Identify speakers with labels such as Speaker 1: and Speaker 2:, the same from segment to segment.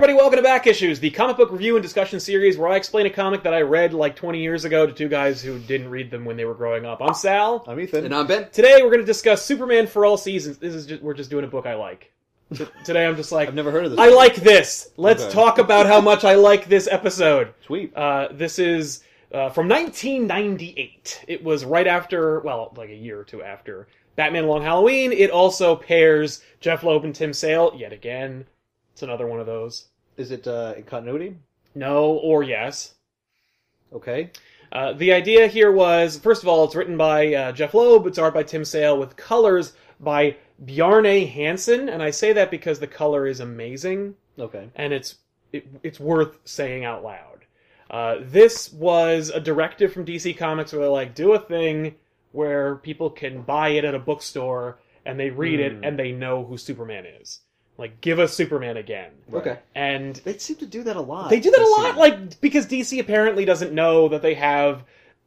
Speaker 1: Back Issues, the comic book review and discussion series where I explain a comic that I read like 20 years ago to two guys who didn't read them when they were growing up. I'm Sal.
Speaker 2: I'm Ethan.
Speaker 3: And I'm Ben.
Speaker 1: Today we're going to discuss Superman for all seasons. This is just, we're just doing a book I like. T- Today I'm just like
Speaker 2: I've never heard of this.
Speaker 1: I like this. Let's
Speaker 2: Okay.
Speaker 1: talk about how much I like this episode.
Speaker 2: Sweet.
Speaker 1: Uh, this is uh, from 1998. It was right after, well, like a year or two after Batman Long Halloween. It also pairs Jeff Loeb and Tim Sale yet again. It's another one of those.
Speaker 2: Is it uh, in continuity?
Speaker 1: No or yes.
Speaker 2: Okay.
Speaker 1: Uh, the idea here was, first of all, it's written by uh, Jeff Loeb. It's art by Tim Sale with colors by Bjarne Hansen, and I say that because the color is amazing.
Speaker 2: Okay.
Speaker 1: and it's it, it's worth saying out loud. Uh, this was a directive from DC Comics where they're like, do a thing where people can buy it at a bookstore and they read it
Speaker 2: Hmm.
Speaker 1: and they know who Superman is. Like, give us Superman again.
Speaker 2: Okay.
Speaker 1: And
Speaker 2: They seem to do that a lot.
Speaker 1: they do that a
Speaker 2: This
Speaker 1: lot,
Speaker 2: season.
Speaker 1: like because DC apparently doesn't know that they have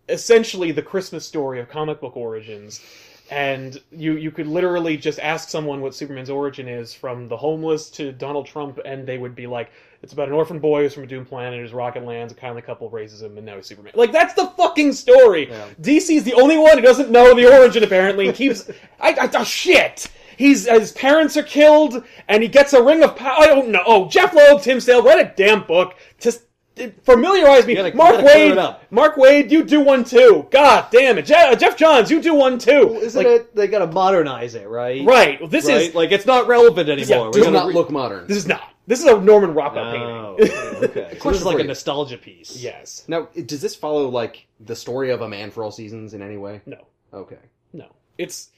Speaker 1: essentially the Christmas story of comic book origins. And you you could literally just ask someone what Superman's origin is, from the homeless to Donald Trump, and they would be like, "It's about an orphan boy who's from a doomed planet, his rocket lands, a kindly couple raises him, and now he's Superman." Like that's the fucking story.
Speaker 2: Yeah.
Speaker 1: DC's the only one who doesn't know the origin apparently, and keeps I, I oh, shit. He's uh, his parents are killed, and he gets a ring of power. I don't know. Oh, Jeff Loeb, Tim Sale, what a damn book. Just uh, familiarize me.
Speaker 2: You gotta- you
Speaker 1: Mark
Speaker 2: gotta clear
Speaker 1: Wade,
Speaker 2: it up.
Speaker 1: Mark Wade, you do one too. God damn it, Je- uh, Jeff Johns, you do one too.
Speaker 2: Well, isn't
Speaker 1: Like,
Speaker 2: it? They gotta modernize it, right?
Speaker 1: right? Well, this
Speaker 2: Right?
Speaker 1: is
Speaker 2: like it's not relevant anymore.
Speaker 1: Yeah,
Speaker 2: We
Speaker 3: Does
Speaker 1: Does
Speaker 2: gotta
Speaker 3: not
Speaker 2: re-
Speaker 3: look modern.
Speaker 1: this is not. This is a Norman Rockwell
Speaker 2: Oh,
Speaker 1: painting.
Speaker 2: okay. so
Speaker 3: Question
Speaker 2: this is like
Speaker 3: for
Speaker 2: a
Speaker 3: you.
Speaker 2: nostalgia piece.
Speaker 1: yes.
Speaker 3: Now, it- does this follow like the story of a man for all seasons in any way?
Speaker 1: No.
Speaker 3: Okay.
Speaker 1: No. It's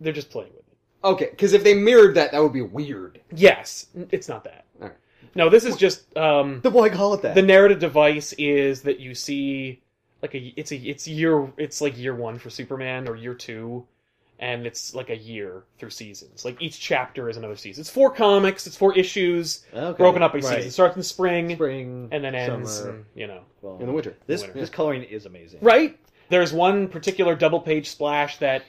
Speaker 1: they're just playing with it.
Speaker 3: Okay, because if they mirrored that, that would be weird.
Speaker 1: Yes, it's not that.
Speaker 3: All right.
Speaker 1: No, this is just um,
Speaker 2: Then why call it that?
Speaker 1: the narrative device is that you see like a it's a it's year it's like year one for Superman or year two, and it's like a year through seasons. Like each chapter is another season. It's four comics. It's four issues
Speaker 2: okay.
Speaker 1: broken up each
Speaker 2: right.
Speaker 1: season. It starts in spring,
Speaker 2: Spring
Speaker 1: and then ends.
Speaker 2: summer,
Speaker 1: and, you know,
Speaker 2: fall.
Speaker 3: In the winter.
Speaker 2: This
Speaker 1: winter.
Speaker 2: this coloring is amazing.
Speaker 1: right? There's one particular double page splash that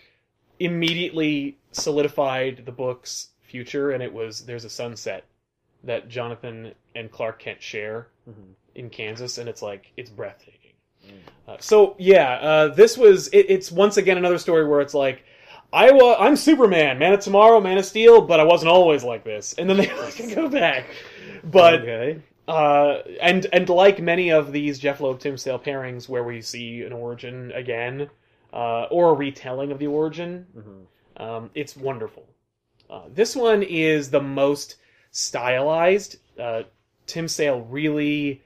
Speaker 1: immediately solidified the book's future, and it was there's a sunset that Jonathan and Clark Kent share
Speaker 2: Mhm.
Speaker 1: in Kansas, and it's like it's breathtaking.
Speaker 2: Mm.
Speaker 1: Uh, so yeah, uh, this was it, it's once again another story where it's like. I wa- I'm Superman, Man of Tomorrow, Man of Steel, but I wasn't always like this. And then they like go back. But
Speaker 2: okay.
Speaker 1: uh, and and like many of these Jeff Loeb Tim Sale pairings, where we see an origin again uh, or a retelling of the origin,
Speaker 2: Mhm.
Speaker 1: um, it's wonderful. Uh, this one is the most stylized. Uh, Tim Sale really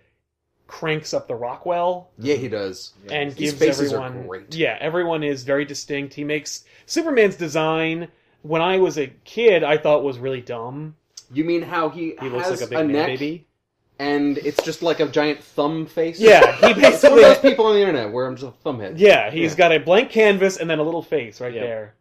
Speaker 1: cranks up the Rockwell
Speaker 3: Yeah, he does.
Speaker 2: Yeah.
Speaker 1: and
Speaker 3: These
Speaker 1: gives
Speaker 3: faces are
Speaker 1: everyone
Speaker 3: great.
Speaker 1: yeah everyone is very distinct he makes superman's design when i was a kid i thought was really dumb
Speaker 3: You mean how he,
Speaker 1: he looks
Speaker 3: has
Speaker 1: like a big man
Speaker 3: neck
Speaker 1: baby
Speaker 3: and it's just like a giant thumb face?
Speaker 1: yeah he
Speaker 3: It's one of
Speaker 1: basically
Speaker 3: those people on the internet where I'm just a thumbhead.
Speaker 1: Yeah, he's
Speaker 3: Yeah.
Speaker 1: got a blank canvas and then a little face right
Speaker 2: Yeah.
Speaker 1: there.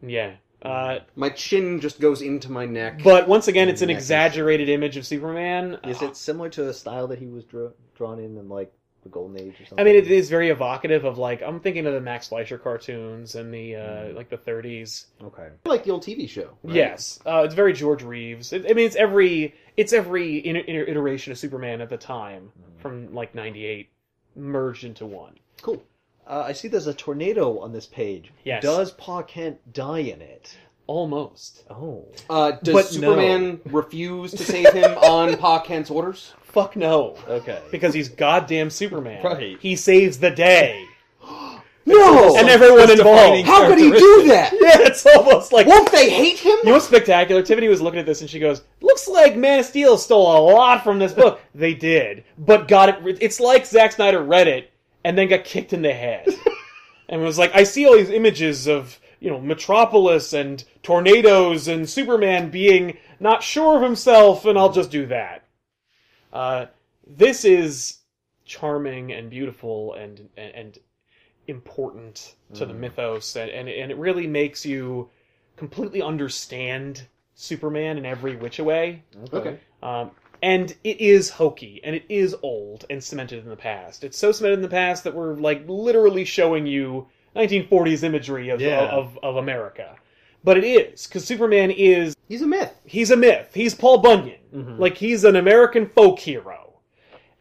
Speaker 1: Yeah. Uh,
Speaker 3: My chin just goes into my neck.
Speaker 1: but once again, it's an
Speaker 3: Neck is-
Speaker 1: exaggerated image of Superman.
Speaker 2: Is it similar to a style that he was draw, drawn in in like the Golden Age or something?
Speaker 1: I mean, it is very evocative of like I'm thinking of the Max Fleischer cartoons and the uh,
Speaker 2: Mm.
Speaker 1: like the 30s.
Speaker 2: Okay.
Speaker 3: like the old TV show. right?
Speaker 1: Yes, uh, it's very George Reeves. It, I mean, it's every it's every in, in- iteration of Superman at the time
Speaker 2: Mm.
Speaker 1: from like '98 merged into one.
Speaker 3: Cool.
Speaker 2: Uh, I see there's a tornado on this page.
Speaker 1: Yes.
Speaker 2: Does Pa Kent die in it?
Speaker 1: Almost.
Speaker 2: Oh.
Speaker 3: Uh, does
Speaker 2: But
Speaker 3: Superman refuse to save him on Pa Kent's orders?
Speaker 1: Fuck no.
Speaker 2: Okay.
Speaker 1: Because he's goddamn Superman.
Speaker 2: Uh, Right.
Speaker 1: He saves the day.
Speaker 3: No!
Speaker 1: and everyone involved.
Speaker 3: How could he do that?
Speaker 1: Yeah, it's almost like
Speaker 3: Won't they hate him?
Speaker 1: you know what's spectacular? Tiffany was looking at this and she goes, "Looks like Man of Steel stole a lot from this book." they did, but got it. It's like Zack Snyder read it and then got kicked in the head, and was like, "I see all these images of you know Metropolis and tornadoes and Superman being not sure of himself, and I'll just do that." Uh, this is charming and beautiful and and, and important to the mythos, and, and and it really makes you completely understand Superman in every which way.
Speaker 3: Okay.
Speaker 1: Um, and it is hokey, and it is old and cemented in the past. It's so cemented in the past that we're like literally showing you 1940s imagery of
Speaker 2: Yeah.
Speaker 1: of, of America. But it is because Superman is
Speaker 3: He's a myth.
Speaker 1: He's a myth. He's Paul Bunyan.
Speaker 2: Mhm.
Speaker 1: Like he's an American folk hero.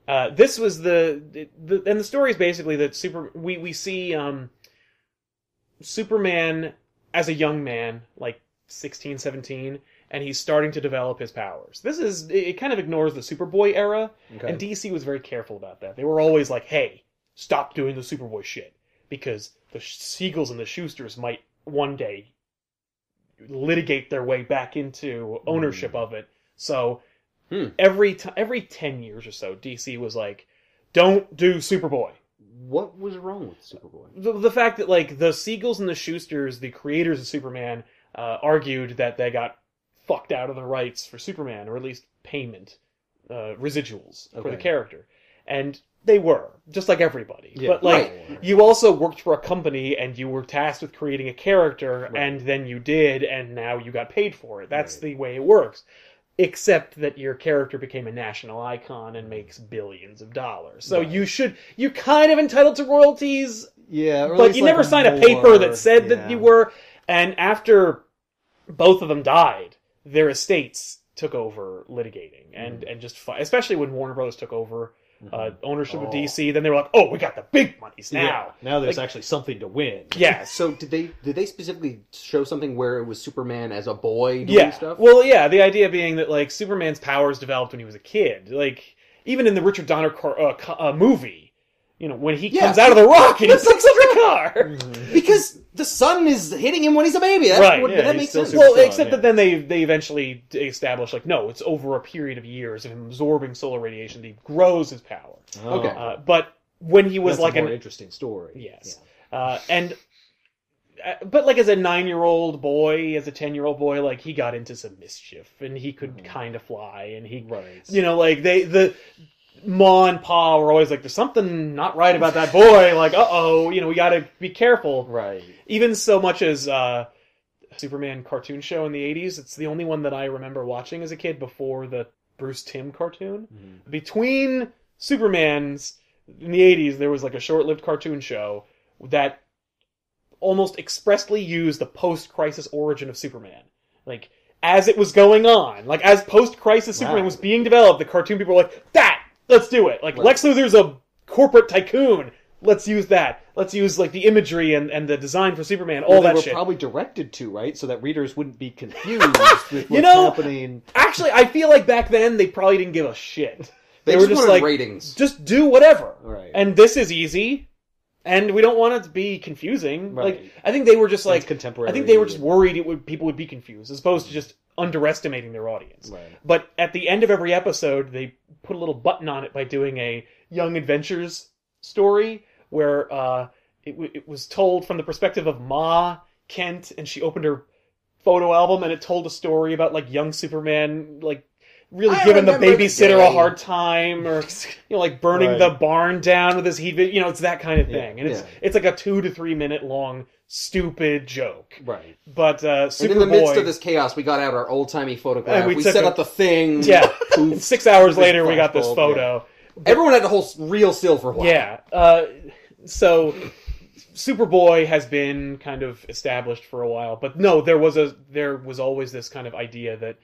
Speaker 1: Uh, this was the, the and the story is basically that super we we see um, Superman as a young man, like 16, 17, and he's starting to develop his powers. This is it, it kind of ignores the Superboy era,
Speaker 3: Okay.
Speaker 1: and DC was very careful about that. They were always like, "Hey, stop doing the Superboy shit because the Sh- Seagulls and the Schusters might one day litigate their way back into ownership of it." So
Speaker 3: Hmm.
Speaker 1: every t- every ten years or so, DC was like, "Don't do Superboy."
Speaker 3: what was wrong with Superboy?
Speaker 1: The, the fact that like the Seagulls and the Schusters, the creators of Superman, uh, argued that they got fucked out of the rights for Superman, or at least payment uh, residuals for the
Speaker 3: Okay.
Speaker 1: character, and they were just like everybody.
Speaker 2: Yeah.
Speaker 1: But like
Speaker 3: Right.
Speaker 1: you also worked for a company and you were tasked with creating a character
Speaker 2: Right.
Speaker 1: and then you did and now you got paid for it that's
Speaker 3: Right.
Speaker 1: the way it works except that your character became a national icon and makes billions of dollars so
Speaker 3: Right.
Speaker 1: you should you're kind of entitled to royalties
Speaker 2: Yeah, or at
Speaker 1: but
Speaker 2: least,
Speaker 1: you
Speaker 2: like,
Speaker 1: never signed a
Speaker 2: more-
Speaker 1: paper that said that
Speaker 2: yeah.
Speaker 1: you were and after both of them died their estates took over litigating and
Speaker 2: Mm-hmm.
Speaker 1: and just fi- especially when warner brothers took over uh, ownership
Speaker 3: Oh.
Speaker 1: of dc then they were like oh we got the big monies now
Speaker 2: Yeah. Now there's
Speaker 1: Like-
Speaker 2: actually something to win.
Speaker 1: Yes.
Speaker 3: So did they did they specifically show something where it was Superman as a boy doing
Speaker 1: yeah.
Speaker 3: stuff?
Speaker 1: Well, yeah. The idea being that like Superman's powers developed when he was a kid. Like even in the Richard Donner car, uh, co- uh, movie, you know, when he
Speaker 3: Yeah.
Speaker 1: comes out of the rocket, he picks up the car.
Speaker 3: because the sun is hitting him when he's a baby. That's
Speaker 1: Right,
Speaker 3: what,
Speaker 2: yeah,
Speaker 3: that
Speaker 2: he's
Speaker 3: makes
Speaker 2: still
Speaker 3: sense.
Speaker 2: super-
Speaker 1: Well,
Speaker 2: strong,
Speaker 1: except
Speaker 2: yeah.
Speaker 1: that then they they eventually establish like no, it's over a period of years of him absorbing solar radiation that he grows his power.
Speaker 2: Oh.
Speaker 3: Okay.
Speaker 1: Uh, but when he was
Speaker 2: That's
Speaker 1: like
Speaker 2: a
Speaker 1: an
Speaker 2: more interesting story.
Speaker 1: Yes. Uh, and uh, but like as a nine-year-old boy, as a ten-year-old boy, like he got into some mischief and he could
Speaker 2: Mhm.
Speaker 1: kind of fly and he,
Speaker 2: Right.
Speaker 1: you know, like they the ma and pa were always like, there's something not right about that boy. Like, uh oh, you know, we got to be careful.
Speaker 2: Right.
Speaker 1: Even so much as uh, Superman cartoon show in the '80s, it's the only one that I remember watching as a kid before the Bruce Tim cartoon
Speaker 2: Mm-hmm.
Speaker 1: between Superman's in the 80s, there was like a short lived cartoon show that almost expressly used the post crisis origin of Superman. Like, as it was going on, like, as post crisis
Speaker 2: Wow.
Speaker 1: Superman was being developed, the cartoon people were like, that! Let's do it! Like,
Speaker 3: Right.
Speaker 1: Lex Luthor's a corporate tycoon. Let's use that. Let's use, like, the imagery and, and the design for Superman, all
Speaker 2: well, they
Speaker 1: that
Speaker 2: were
Speaker 1: shit.
Speaker 2: probably directed to right, so that readers wouldn't be confused with what's
Speaker 1: You know-
Speaker 2: happening.
Speaker 1: Actually, I feel like back then they probably didn't give a shit.
Speaker 3: They,
Speaker 1: They were
Speaker 3: just
Speaker 1: just
Speaker 3: wanted
Speaker 1: like-
Speaker 3: ratings.
Speaker 1: Just do whatever.
Speaker 2: Right.
Speaker 1: and this is easy and we don't want it to be confusing like
Speaker 2: Right.
Speaker 1: i think they were just
Speaker 2: That's
Speaker 1: like
Speaker 2: contemporary.
Speaker 1: i think they were just worried it would people would be confused as opposed to just underestimating their audience
Speaker 2: Right.
Speaker 1: but at the end of every episode they put a little button on it by doing a young adventures story where uh it, w- it was told from the perspective of ma kent and she opened her photo album and it told a story about like young superman like really
Speaker 3: I
Speaker 1: giving the
Speaker 3: remember the
Speaker 1: babysitter a
Speaker 3: day.
Speaker 1: hard time or you know, like burning
Speaker 2: Right.
Speaker 1: the barn down with his heat. vi- You know, it's that kind of
Speaker 2: Yeah,
Speaker 1: thing, and it's it's like a two to three minute long stupid joke.
Speaker 2: Right.
Speaker 1: But uh,
Speaker 3: and in the midst
Speaker 1: Superboy,
Speaker 3: of this chaos, we got out our old timey photograph.
Speaker 1: And we
Speaker 3: we
Speaker 1: took
Speaker 3: set
Speaker 1: a-
Speaker 3: up the thing.
Speaker 1: yeah,
Speaker 3: Poof.
Speaker 1: six hours
Speaker 3: This
Speaker 1: later we got this
Speaker 3: flashbulb,
Speaker 1: photo.
Speaker 3: Everyone had a whole s- real still for a while.
Speaker 1: Yeah, uh, so Superboy has been kind of established for a while, but no, there was a there was always this kind of idea that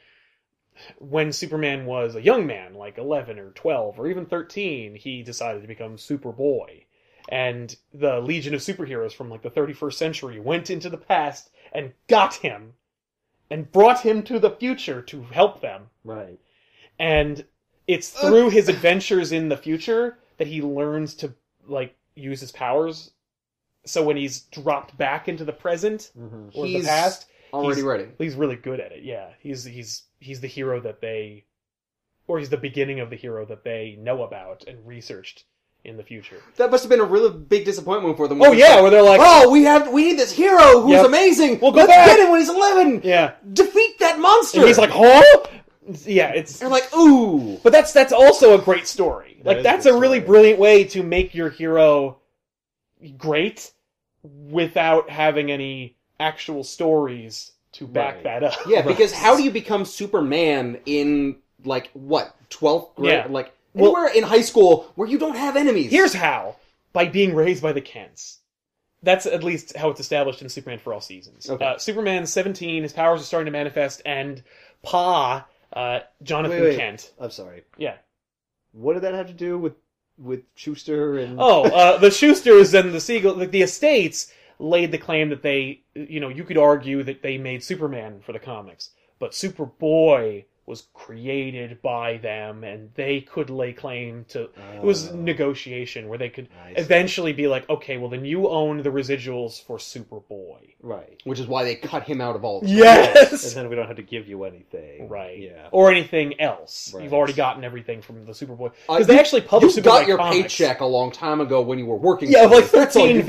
Speaker 1: when Superman was a young man, like eleven or twelve or even thirteen, he decided to become Superboy. and the legion of superheroes from like the 31st century went into the past and got him and brought him to the future to help them
Speaker 2: Right.
Speaker 1: and it's
Speaker 3: Uh,
Speaker 1: through his adventures in the future that he learns to like use his powers so when he's dropped back into the present
Speaker 2: Mhm.
Speaker 1: or
Speaker 3: He's
Speaker 1: the past
Speaker 3: already
Speaker 1: He's-
Speaker 3: ready.
Speaker 1: he's really good at it yeah he's he's he's the hero that they or he's the beginning of the hero that they know about and researched in the future
Speaker 3: That must have been a really big disappointment for them.
Speaker 1: oh yeah where they're like
Speaker 3: oh, we have we need this hero who's
Speaker 1: Yep.
Speaker 3: amazing.
Speaker 1: We'll go
Speaker 3: Let's
Speaker 1: back."
Speaker 3: get him when he's eleven.
Speaker 1: yeah
Speaker 3: Defeat that monster.
Speaker 1: And he's like, huh? Yeah, it's.
Speaker 3: they're like, ooh.
Speaker 1: But that's that's also a great story.
Speaker 2: That
Speaker 1: like
Speaker 2: is
Speaker 1: that's
Speaker 2: a
Speaker 1: a
Speaker 2: good
Speaker 1: really
Speaker 2: story.
Speaker 1: brilliant way to make your hero great without having any actual stories to back
Speaker 2: Right.
Speaker 1: that up.
Speaker 3: Yeah, because how do you become Superman in like what twelfth grade?
Speaker 1: Yeah.
Speaker 3: Like
Speaker 1: Well-
Speaker 3: anywhere in high school where you don't have enemies.
Speaker 1: Here's how: by being raised by the Kents. that's at least how it's established in Superman for all seasons.
Speaker 3: Okay.
Speaker 1: Uh, Superman 17, his powers are starting to manifest, and Pa, uh, Jonathan
Speaker 2: Wait, wait.
Speaker 1: Kent.
Speaker 2: I'm sorry.
Speaker 1: Yeah.
Speaker 2: What did that have to do with with Schuster and?
Speaker 1: Oh, uh, the Schusters and the Siegel, the, the estates laid the claim that they, you know, you could argue that they made Superman for the comics, but Superboy was created by them, and they could lay claim to. It was
Speaker 2: Oh,
Speaker 1: negotiation where they could
Speaker 2: I see.
Speaker 1: eventually be like, okay, well then you own the residuals for Superboy.
Speaker 2: right.
Speaker 3: which is why they cut him out of all. Of
Speaker 2: And
Speaker 1: Yes.
Speaker 2: then we don't have to give you anything.
Speaker 1: Right.
Speaker 2: Yeah.
Speaker 1: Or anything else. You've
Speaker 2: Right.
Speaker 1: already gotten everything from the Superboy
Speaker 3: Uh,
Speaker 1: because they
Speaker 3: you-
Speaker 1: actually
Speaker 3: you
Speaker 1: published.
Speaker 3: got
Speaker 1: Superboy
Speaker 3: your
Speaker 1: comics.
Speaker 3: paycheck a long time ago when you were working.
Speaker 1: Yeah,
Speaker 3: for
Speaker 1: of like
Speaker 3: us. That's all you
Speaker 1: thirteen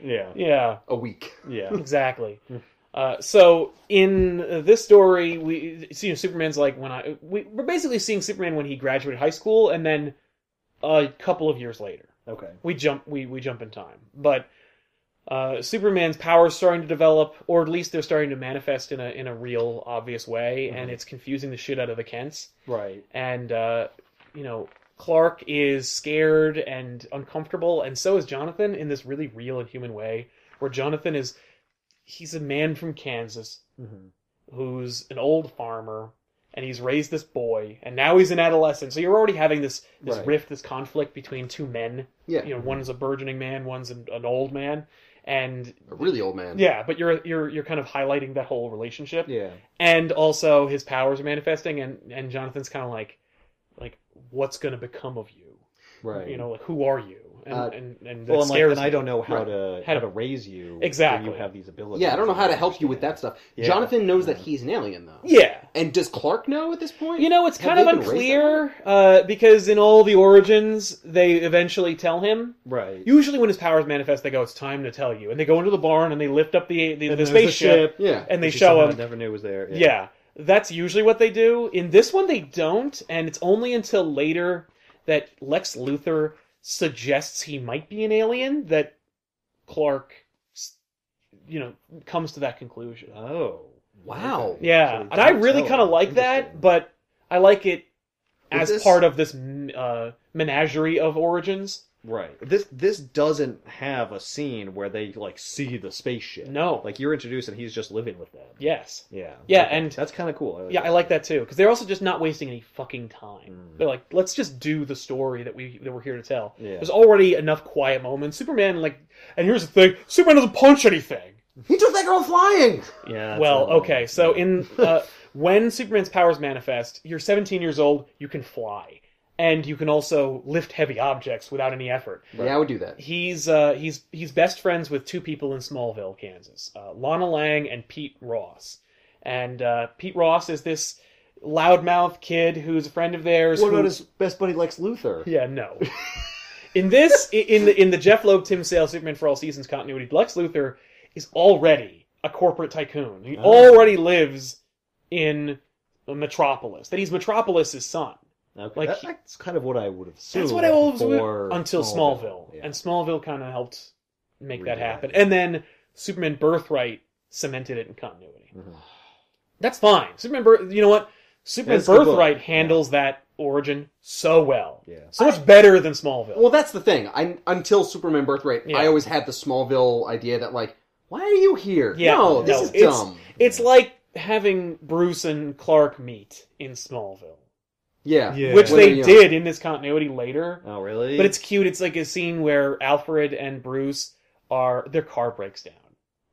Speaker 1: fifty.
Speaker 2: Yeah.
Speaker 1: Yeah.
Speaker 3: a week.
Speaker 2: Yeah.
Speaker 1: exactly.
Speaker 2: Hmm.
Speaker 1: Uh, so in uh, this story, we see you know, Superman's like when I we, we're basically seeing Superman when he graduated high school, and then a couple of years later,
Speaker 2: Okay.
Speaker 1: we jump we we jump in time. But uh, Superman's powers starting to develop, or at least they're starting to manifest in a in a real obvious way,
Speaker 2: Mm-hmm.
Speaker 1: and it's confusing the shit out of the Kents
Speaker 2: Right.
Speaker 1: and uh, you know Clark is scared and uncomfortable, and so is Jonathan in this really real and human way, where Jonathan is he's a man from Kansas
Speaker 2: hmm
Speaker 1: who's an old farmer, and he's raised this boy, and now he's an adolescent. So you're already having this this
Speaker 2: Right.
Speaker 1: rift, this conflict between two men.
Speaker 3: Yeah,
Speaker 1: You know, one's a burgeoning man, one's an, an old man, and
Speaker 3: a really old man.
Speaker 1: yeah, but you're you're you're kind of highlighting that whole relationship
Speaker 2: Yeah.
Speaker 1: and also his powers are manifesting and and jonathan's kind of like like what's gonna become of you
Speaker 2: Right.
Speaker 1: you know like who are you and
Speaker 3: Uh,
Speaker 1: and, and that
Speaker 2: Well, I'm like,
Speaker 1: scares
Speaker 2: and I
Speaker 1: me.
Speaker 2: don't know how
Speaker 3: Right.
Speaker 2: to
Speaker 1: How
Speaker 2: how
Speaker 1: to-
Speaker 2: to raise you.
Speaker 1: Exactly.
Speaker 2: When you have these abilities.
Speaker 3: yeah. I don't know how to help you with that stuff.
Speaker 2: Yeah.
Speaker 3: Jonathan knows that
Speaker 2: Yeah.
Speaker 3: he's an alien though.
Speaker 1: yeah
Speaker 3: And does Clark know at this point?
Speaker 1: you know it's
Speaker 3: Have
Speaker 1: kind of
Speaker 3: they been raised
Speaker 1: unclear uh, because in all the origins they eventually tell him
Speaker 2: Right.
Speaker 1: usually when his powers manifest they go it's time to tell you and they go into the barn and they lift up the the,
Speaker 2: And
Speaker 1: the
Speaker 2: there's the
Speaker 1: spaceship
Speaker 2: ship,
Speaker 3: Yeah.
Speaker 1: and they
Speaker 2: which you
Speaker 1: show
Speaker 2: somehow
Speaker 1: him
Speaker 2: Never knew was there.
Speaker 1: Yeah. that's usually what they do. In this one, they don't, and it's only until later that Lex Luthor suggests he might be an alien that Clark, s- you know, comes to that conclusion.
Speaker 2: Oh.
Speaker 3: Wow.
Speaker 2: Okay.
Speaker 1: Yeah,
Speaker 2: So they
Speaker 1: and I
Speaker 2: don't
Speaker 1: really
Speaker 2: tell
Speaker 1: kind of
Speaker 2: him.
Speaker 1: like that,
Speaker 2: Interesting.
Speaker 1: but I like it
Speaker 3: But
Speaker 1: as
Speaker 3: this-
Speaker 1: part of this mm, uh, menagerie of origins.
Speaker 2: right. This this doesn't have a scene where they like see the spaceship.
Speaker 1: No,
Speaker 2: Like you're introduced and he's just living with them.
Speaker 1: yes,
Speaker 2: Yeah.
Speaker 1: Yeah,
Speaker 2: Okay.
Speaker 1: and-
Speaker 2: that's kind of cool.
Speaker 1: yeah, I like that too because they're also just not wasting any fucking time.
Speaker 2: Mm.
Speaker 1: They're like, let's just do the story that we that we're here to tell.
Speaker 2: Yeah.
Speaker 1: There's already enough quiet moments. Superman, like, and here's the thing: Superman doesn't punch anything.
Speaker 3: He took that girl flying.
Speaker 2: Yeah. that's
Speaker 1: well,
Speaker 2: all.
Speaker 1: okay, so in uh, when Superman's powers manifest, you're 17 years old, you can fly, and you can also lift heavy objects without any effort.
Speaker 3: Yeah, I would do that.
Speaker 1: He's uh, he's he's best friends with two people in Smallville, Kansas, uh, Lana Lang and Pete Ross, and uh, Pete Ross is this loudmouth kid who's a friend of theirs.
Speaker 2: What
Speaker 1: who-
Speaker 2: about his best buddy Lex Luthor?
Speaker 1: Yeah, no. In this, i- in the in the Jeff Loeb Tim Sale Superman for All Seasons continuity, Lex Luthor is already a corporate tycoon. He
Speaker 2: Oh.
Speaker 1: already lives in Metropolis. That he's Metropolis's son.
Speaker 2: Okay,
Speaker 1: Like
Speaker 2: that-
Speaker 1: he-
Speaker 2: that's kind of what I would have assumed.
Speaker 1: That's what I always
Speaker 2: before
Speaker 1: until Smallville,
Speaker 2: Yeah.
Speaker 1: and Smallville kind of helped make that
Speaker 2: Rewrite.
Speaker 1: happen. And then Superman Birthright cemented it in continuity.
Speaker 2: Mhm.
Speaker 1: That's fine. Superman, Birth, you know what? Superman
Speaker 2: That's a good book.
Speaker 1: Birthright handles that origin so well,
Speaker 2: Yeah.
Speaker 1: so much better than Smallville.
Speaker 3: Well, that's the thing. I, until Superman Birthright,
Speaker 1: Yeah.
Speaker 3: I always had the Smallville idea that like, why are you here?
Speaker 1: Yeah,
Speaker 3: no, this
Speaker 2: no,
Speaker 3: is
Speaker 1: it's-
Speaker 3: dumb.
Speaker 1: It's like having Bruce and Clark meet in Smallville,
Speaker 3: Yeah,
Speaker 2: Yeah. uh,
Speaker 1: which
Speaker 3: When
Speaker 1: they
Speaker 3: they're young.
Speaker 1: did in this continuity later.
Speaker 2: Oh, really?
Speaker 1: But it's cute. It's like a scene where Alfred and Bruce are their car breaks down.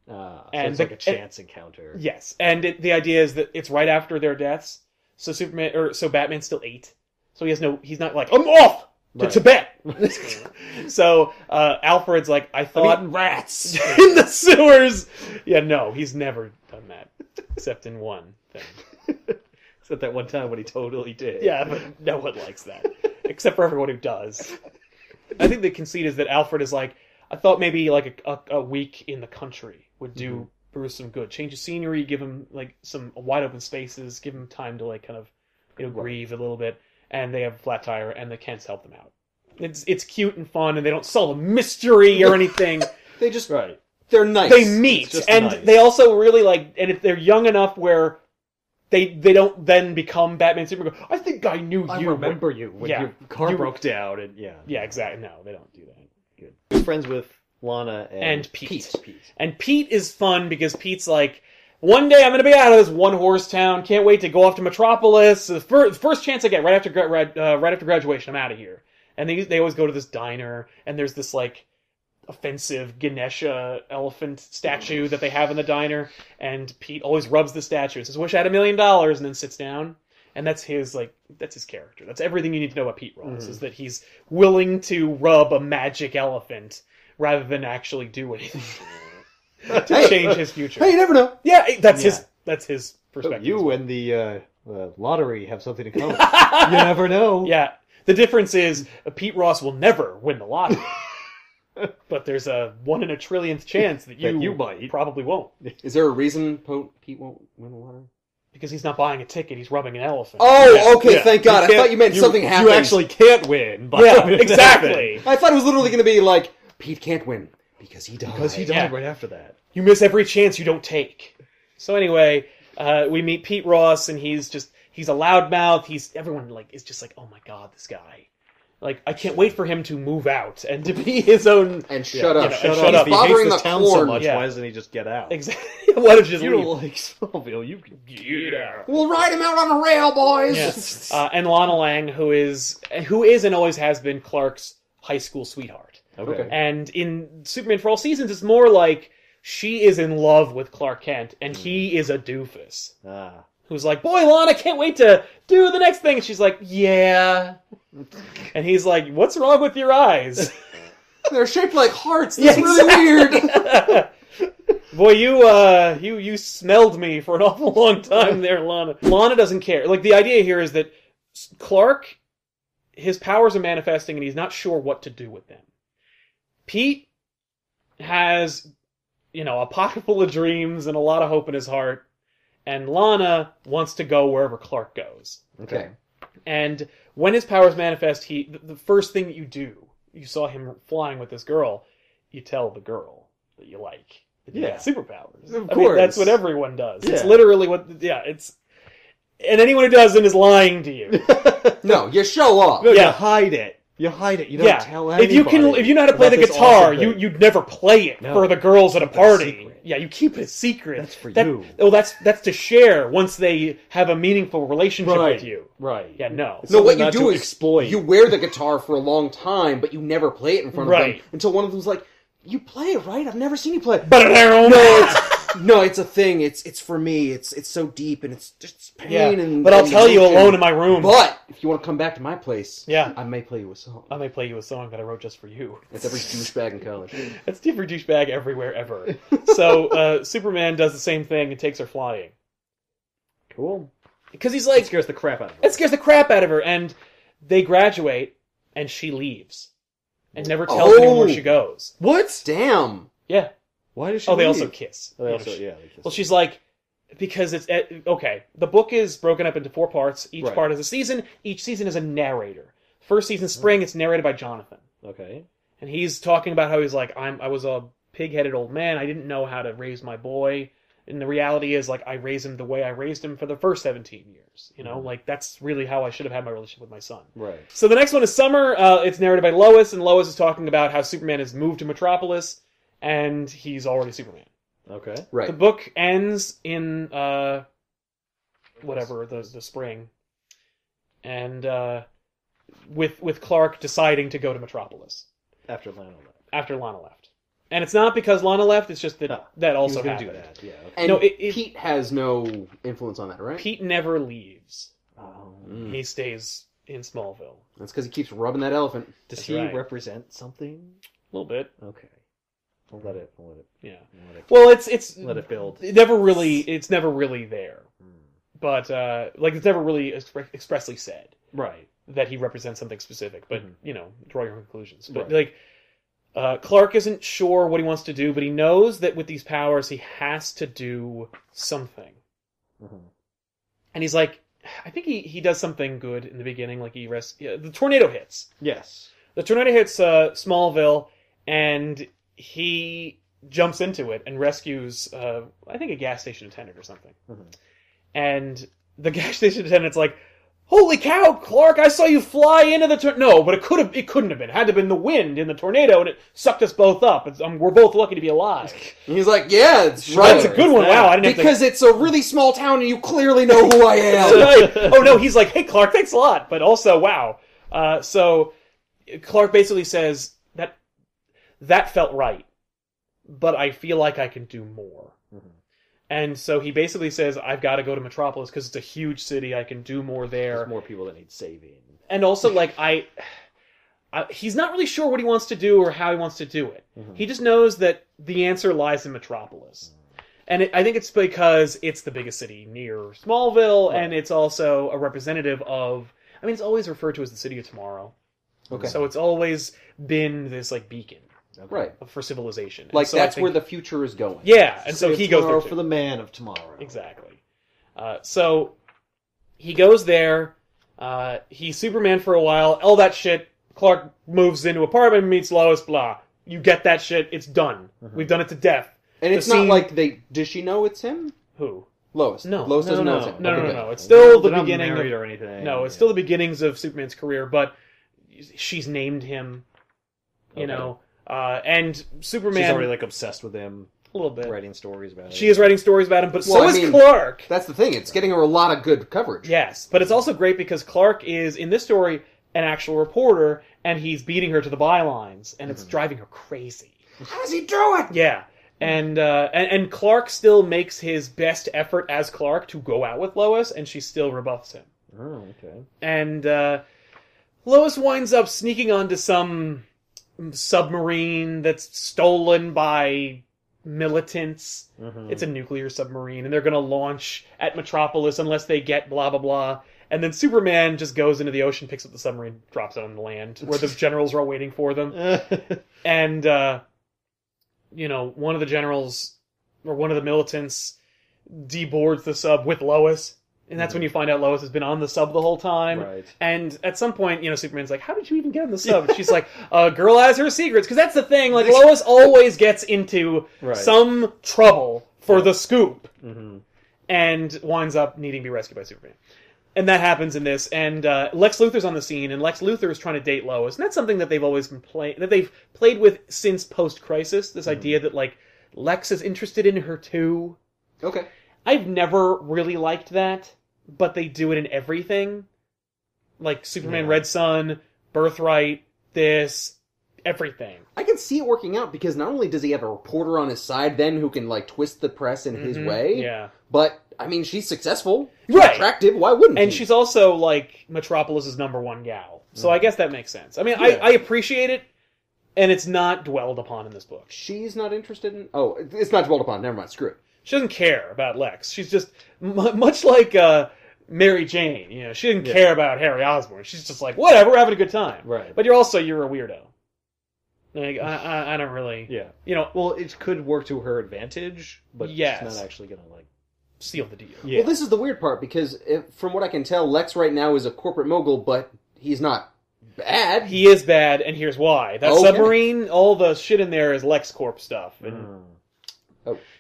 Speaker 2: Ah, so
Speaker 1: and
Speaker 2: it's
Speaker 1: the-
Speaker 2: like a chance encounter.
Speaker 1: Yes, and it, the idea is that it's right after their deaths. So Superman or so Batman's still eight. So he has no. He's not like I'm off to
Speaker 2: Right.
Speaker 1: Tibet. so uh, Alfred's like I
Speaker 2: I'm
Speaker 1: thought
Speaker 2: eating rats.
Speaker 1: in the sewers. Yeah, no, he's never done that except in one thing.
Speaker 2: Except that one time when he totally did.
Speaker 1: Yeah, but no one likes that. Except for everyone who does. I think the conceit is that Alfred is like, I thought maybe like a, a, a week in the country would do Bruce some good. Change the scenery, give him like some wide open spaces, give him time to like kind of, you know,
Speaker 2: Right.
Speaker 1: grieve a little bit. And they have a flat tire and the Kents help them out. It's it's cute and fun and they don't solve a mystery or anything.
Speaker 3: they just
Speaker 2: Right.
Speaker 3: they're nice.
Speaker 1: they meet
Speaker 2: It's just
Speaker 1: and
Speaker 2: nice.
Speaker 1: they also really like and if they're young enough where they they don't then become Batman Superman. I think I knew
Speaker 2: I
Speaker 1: you.
Speaker 2: remember you when
Speaker 1: yeah.
Speaker 2: your car
Speaker 1: You-
Speaker 2: broke down and yeah.
Speaker 1: Yeah, exactly. No, they don't do that.
Speaker 2: He was friends with Lana and,
Speaker 1: and Pete.
Speaker 3: Pete.
Speaker 1: And Pete is fun because Pete's like, one day I'm gonna be out of this one horse town. Can't wait to go off to Metropolis. The first, first chance I get right after gra- gra- uh, right after graduation, I'm out of here. And they they always go to this diner, and there's this like offensive Ganesha elephant statue that they have in the diner. And Pete always rubs the statue. and Says, "Wish I had a million dollars," and then sits down. And that's his like that's his character. That's everything you need to know about Pete Ross is that he's willing to rub a magic elephant rather than actually do anything to
Speaker 3: Hey.
Speaker 1: change his future.
Speaker 3: Hey, you never know.
Speaker 1: Yeah, it- that's
Speaker 2: Yeah.
Speaker 1: his. That's his
Speaker 2: So
Speaker 1: perspective.
Speaker 2: you and the uh, uh, lottery have something in common. you never know.
Speaker 1: yeah. The difference is uh, Pete Ross will never win the lottery, but there's a one in a trillionth chance that you,
Speaker 2: That you might.
Speaker 1: probably won't
Speaker 3: Is there a reason po- Pete won't win the lottery?
Speaker 1: because he's not buying a ticket. He's rubbing an elephant.
Speaker 3: Oh, okay.
Speaker 2: Yeah.
Speaker 3: Thank God. I
Speaker 2: can't-
Speaker 3: thought you meant something happened.
Speaker 2: You actually can't win. But
Speaker 1: yeah, exactly.
Speaker 3: I thought it was literally going to be like Pete can't win because he died.
Speaker 2: Because he died
Speaker 1: Yeah.
Speaker 2: right after that.
Speaker 1: You miss every chance you don't take. So anyway, uh, we meet Pete Ross, and he's just he's a loudmouth. He's everyone like is just like, oh my god, this guy. Like I can't wait for him to move out and to be his own.
Speaker 3: And shut
Speaker 1: Yeah,
Speaker 3: up.
Speaker 1: yeah,
Speaker 2: Shut
Speaker 1: shut
Speaker 2: up.
Speaker 1: up.
Speaker 2: If he hates
Speaker 3: Bothering
Speaker 2: this
Speaker 3: the
Speaker 2: town so
Speaker 3: corn.
Speaker 2: much,
Speaker 1: Yeah.
Speaker 2: why doesn't he just get out?
Speaker 1: Exactly. Why don't you just
Speaker 2: You don't
Speaker 1: leave?
Speaker 2: like Smallville. You can get out.
Speaker 3: We'll ride him out on a rail, boys.
Speaker 1: Yes. Uh, and Lana Lang, who is who is and always has been Clark's high school sweetheart.
Speaker 2: Okay.
Speaker 1: And in Superman for All Seasons, it's more like she is in love with Clark Kent, and he is a doofus
Speaker 2: Ah.
Speaker 1: who's like, "Boy, Lana, can't wait to do the next thing." And she's like, "Yeah," and he's like, "What's wrong with your eyes?"
Speaker 3: They're shaped like hearts.
Speaker 1: Yeah,
Speaker 3: That's really weird.
Speaker 1: Boy, you uh, you you smelled me for an awful long time there, Lana. Lana doesn't care. Like the idea here is that S- Clark, his powers are manifesting, and he's not sure what to do with them. Pete has, you know, a pocket full of dreams and a lot of hope in his heart, and Lana wants to go wherever Clark goes.
Speaker 2: Okay.
Speaker 1: And when his powers manifest, he the, the first thing that you do, you saw him flying with this girl, you tell the girl that you like. that you
Speaker 2: Yeah.
Speaker 1: got superpowers.
Speaker 2: Of
Speaker 1: I mean,
Speaker 2: course.
Speaker 1: that's what everyone does. It's
Speaker 2: Yeah.
Speaker 1: literally what yeah, it's and anyone who doesn't is lying to you.
Speaker 3: No, you show up.
Speaker 2: No,
Speaker 1: Yeah.
Speaker 2: you hide it. You hide it. You don't
Speaker 1: yeah.
Speaker 2: tell
Speaker 1: if
Speaker 2: anybody.
Speaker 1: you can if you know how to play the
Speaker 2: about this
Speaker 1: guitar,
Speaker 2: awesome
Speaker 1: you
Speaker 2: thing.
Speaker 1: you'd never play it
Speaker 2: No.
Speaker 1: for the girls at a
Speaker 2: Keep it a
Speaker 1: party.
Speaker 2: secret.
Speaker 1: yeah, you keep it a secret.
Speaker 2: That's for
Speaker 1: That-
Speaker 2: you.
Speaker 1: Oh, that's that's to share once they have a meaningful relationship
Speaker 2: Right.
Speaker 1: with you.
Speaker 2: Right.
Speaker 1: Yeah, no.
Speaker 3: No, what
Speaker 2: something
Speaker 3: you
Speaker 2: not
Speaker 3: do
Speaker 2: to
Speaker 3: is
Speaker 2: exploit.
Speaker 3: you wear the guitar for a long time, but you never play it in front of
Speaker 1: Right.
Speaker 3: them until one of them's like, "You play it, right? I've never seen you play." it."
Speaker 1: But
Speaker 3: no, it's, no, it's a thing. It's it's for me. It's it's so deep and it's just pain
Speaker 1: Yeah,
Speaker 3: and.
Speaker 1: but I'll
Speaker 3: and
Speaker 1: tell you
Speaker 3: emotion.
Speaker 1: alone in my room.
Speaker 3: But if you want to come back to my place,
Speaker 1: Yeah. Uh,
Speaker 3: I may play you a song.
Speaker 1: I may play you a song that I wrote just for you.
Speaker 3: That's every douchebag in college.
Speaker 1: That's different douchebag everywhere ever. so uh, Superman does the same thing and takes her flying
Speaker 2: Cool.
Speaker 1: because he's
Speaker 2: It
Speaker 1: like
Speaker 2: scares the crap out of me.
Speaker 1: it scares the crap out of her, and they graduate, and she leaves, and never tells
Speaker 3: Oh.
Speaker 1: anyone where she goes.
Speaker 2: What?
Speaker 3: Damn.
Speaker 1: Yeah.
Speaker 2: Why does she
Speaker 1: Oh, they
Speaker 2: leave?
Speaker 1: also kiss.
Speaker 2: Oh, they
Speaker 1: You know,
Speaker 2: also,
Speaker 1: she-
Speaker 2: yeah. They kiss.
Speaker 1: Well, she's like, because it's eh, okay. The book is broken up into four parts. Each
Speaker 2: Right.
Speaker 1: part is a season. Each season is a narrator. First season, spring, it's narrated by Jonathan.
Speaker 2: okay.
Speaker 1: and he's talking about how he's like I'm I was a pig-headed old man. I didn't know how to raise my boy. And the reality is like I raised him the way I raised him for the first 17 years. You know, like that's really how I should have had my relationship with my son.
Speaker 2: Right.
Speaker 1: So the next one is Summer. Uh, it's narrated by Lois, and Lois is talking about how Superman has moved to Metropolis, and he's already Superman.
Speaker 2: Okay.
Speaker 1: The
Speaker 3: Right.
Speaker 1: book ends in uh, whatever the the spring, and uh, with with Clark deciding to go to Metropolis
Speaker 2: After Lionel left.
Speaker 1: after Lana left. And it's not because Lana left, it's just that
Speaker 2: No,
Speaker 1: that
Speaker 2: He
Speaker 1: also
Speaker 2: was gonna
Speaker 1: happened.
Speaker 2: do that. Yeah. Okay.
Speaker 3: And
Speaker 1: No, it- it-
Speaker 3: Pete has no influence on that, right?
Speaker 1: Pete never leaves.
Speaker 2: Um,
Speaker 3: Mm.
Speaker 1: He stays in Smallville.
Speaker 3: That's because he keeps rubbing that elephant.
Speaker 2: does
Speaker 1: That's
Speaker 2: he
Speaker 1: right.
Speaker 2: represent something?
Speaker 1: A little bit.
Speaker 2: Okay. I'll let it. I'll let it.
Speaker 1: Yeah.
Speaker 2: I'll Let it.
Speaker 1: Well, it's it's
Speaker 2: Let it build.
Speaker 1: it never really it's never really there.
Speaker 2: Mm.
Speaker 1: But uh like it's never really expre- expressly said
Speaker 2: Right.
Speaker 1: that he represents something specific, but
Speaker 2: Mhm.
Speaker 1: you know, draw your own conclusions. But
Speaker 2: Right.
Speaker 1: like uh, Clark isn't sure what he wants to do, but he knows that with these powers he has to do something.
Speaker 2: Mhm.
Speaker 1: And he's like, I think he, he does something good in the beginning. Like he res- yeah, the tornado hits.
Speaker 2: Yes.
Speaker 1: The tornado hits uh, Smallville, and he jumps into it and rescues, uh, I think, a gas station attendant or something.
Speaker 2: Mhm.
Speaker 1: And the gas station attendant's like, holy cow, Clark! I saw you fly into the tor-. no, but it could have, it couldn't have been. It had to have been the wind in the tornado, and it sucked us both up. It's, um, we're both lucky to be alive.
Speaker 3: And he's like, yeah, it's right.
Speaker 1: That's a good one.
Speaker 2: that.
Speaker 1: Wow, I didn't have to-
Speaker 3: Because it's a really small town and you clearly know who I am.
Speaker 1: Right. oh no, he's like, hey Clark, thanks a lot, but also wow. Uh, so Clark basically says that that felt right, but I feel like I can do more.
Speaker 2: Mm-hmm.
Speaker 1: And so he basically says, I've got to go to Metropolis because it's a huge city. I can do more there
Speaker 2: There's more people that need saving.
Speaker 1: and also like I, I he's not really sure what he wants to do or how he wants to do it
Speaker 2: Mm-hmm.
Speaker 1: he just knows that the answer lies in metropolis and it, i think it's because it's the biggest city near smallville and it's also a representative of i mean it's always referred to as the city of tomorrow
Speaker 3: Okay.
Speaker 1: so it's always been this like beacon
Speaker 3: Right.
Speaker 1: for civilization And
Speaker 3: Like
Speaker 1: so I
Speaker 3: that's
Speaker 1: think-
Speaker 3: where the future is going.
Speaker 1: yeah and so
Speaker 2: Save
Speaker 1: he goes there
Speaker 2: tomorrow
Speaker 1: too.
Speaker 2: for the man of tomorrow.
Speaker 1: Exactly. Uh, so he goes there. Uh, he's Superman for a while. All that shit. Clark moves into apartment, meets Lois. Blah. You get that shit. It's done.
Speaker 3: Mm-hmm.
Speaker 1: We've done it to death.
Speaker 3: And
Speaker 1: The
Speaker 3: it's not
Speaker 1: scene-
Speaker 3: like they does she know it's him?
Speaker 1: Who?
Speaker 3: Lois.
Speaker 1: No.
Speaker 3: Lois
Speaker 1: no,
Speaker 3: doesn't
Speaker 1: no,
Speaker 3: know it's him.
Speaker 1: No, no,
Speaker 3: Okay,
Speaker 1: no,
Speaker 3: good.
Speaker 1: no. It's still the
Speaker 2: They're not
Speaker 1: beginning.
Speaker 2: married
Speaker 1: Of,
Speaker 2: or anything.
Speaker 1: no, it's
Speaker 2: Yeah.
Speaker 1: still the beginnings of Superman's career, but she's named him. You
Speaker 2: Okay.
Speaker 1: know, uh, and
Speaker 2: She's
Speaker 1: Superman
Speaker 2: already like obsessed with him,
Speaker 1: a little bit.
Speaker 2: writing stories about.
Speaker 1: She is writing stories about him, but
Speaker 3: Well,
Speaker 1: so
Speaker 3: I
Speaker 1: is
Speaker 3: mean-
Speaker 1: Clark.
Speaker 3: That's the thing. It's getting her a lot of good coverage.
Speaker 1: Yes, but it's also great because Clark is in this story an actual reporter, and he's beating her to the bylines, and
Speaker 2: Mm-hmm.
Speaker 1: it's driving her crazy.
Speaker 3: How does he do it?
Speaker 1: Yeah, and uh, and and Clark still makes his best effort as Clark to go out with Lois, and she still rebuffs him.
Speaker 2: Oh, okay.
Speaker 1: And uh, Lois winds up sneaking onto some submarine that's stolen by militants.
Speaker 2: Mhm.
Speaker 1: It's a nuclear submarine, and they're going to launch at Metropolis unless they get blah blah blah. And then Superman just goes into the ocean, picks up the submarine, drops it on the land where the generals are all waiting for them. And uh, you know, one of the generals or one of the militants deboards the sub with Lois, and that's when you find out Lois has been on the sub the whole time.
Speaker 2: right.
Speaker 1: And at some point, you know, Superman's like, "How did you even get on the sub?" And she's like, "A girl has her secrets," because that's the thing. Like Lois always gets into
Speaker 2: Right.
Speaker 1: some trouble for the scoop
Speaker 2: hmm
Speaker 1: and winds up needing to be rescued by Superman. And that happens in this. And uh, Lex Luthor's on the scene, and Lex Luthor is trying to date Lois, and that's something that they've always been playing that they've played with since post Crisis. This idea that like Lex is interested in her too.
Speaker 3: Okay.
Speaker 1: I've never really liked that, but they do it in everything. Like Superman
Speaker 2: Yeah.
Speaker 1: Red Sun, Birthright, this, everything.
Speaker 3: I can see it working out because not only does he have a reporter on his side then who can like twist the press in his
Speaker 1: Mhm.
Speaker 3: way,
Speaker 1: Yeah.
Speaker 3: but I mean she's successful, she's
Speaker 1: Right.
Speaker 3: attractive. Why wouldn't?
Speaker 1: And
Speaker 3: he?
Speaker 1: she's also like Metropolis's number one gal. So I guess that makes sense. I mean, I,
Speaker 3: Mm-hmm. Yeah.
Speaker 1: I appreciate it, and it's not dwelled upon in this book.
Speaker 3: she's not interested in. Oh, it's not dwelled upon. Never mind. Screw it.
Speaker 1: She doesn't care about Lex. She's just m- much like uh, Mary Jane. You know, she didn't
Speaker 2: Yeah.
Speaker 1: care about Harry Osborn. She's just like, whatever, we're having a good time.
Speaker 2: Right.
Speaker 1: But you're also you're a weirdo. Like I, I, I don't really,
Speaker 2: Yeah.
Speaker 1: you know,
Speaker 2: Well, it could work to her advantage, but
Speaker 1: Yes.
Speaker 2: it's not actually gonna like.
Speaker 1: seal the deal.
Speaker 2: Yeah.
Speaker 3: Well, this is the weird part because if, from what I can tell, Lex right now is a corporate mogul, but he's not bad.
Speaker 1: He is bad, and here's why. That
Speaker 3: Okay.
Speaker 1: submarine, all the shit in there is LexCorp stuff. And
Speaker 2: Mm.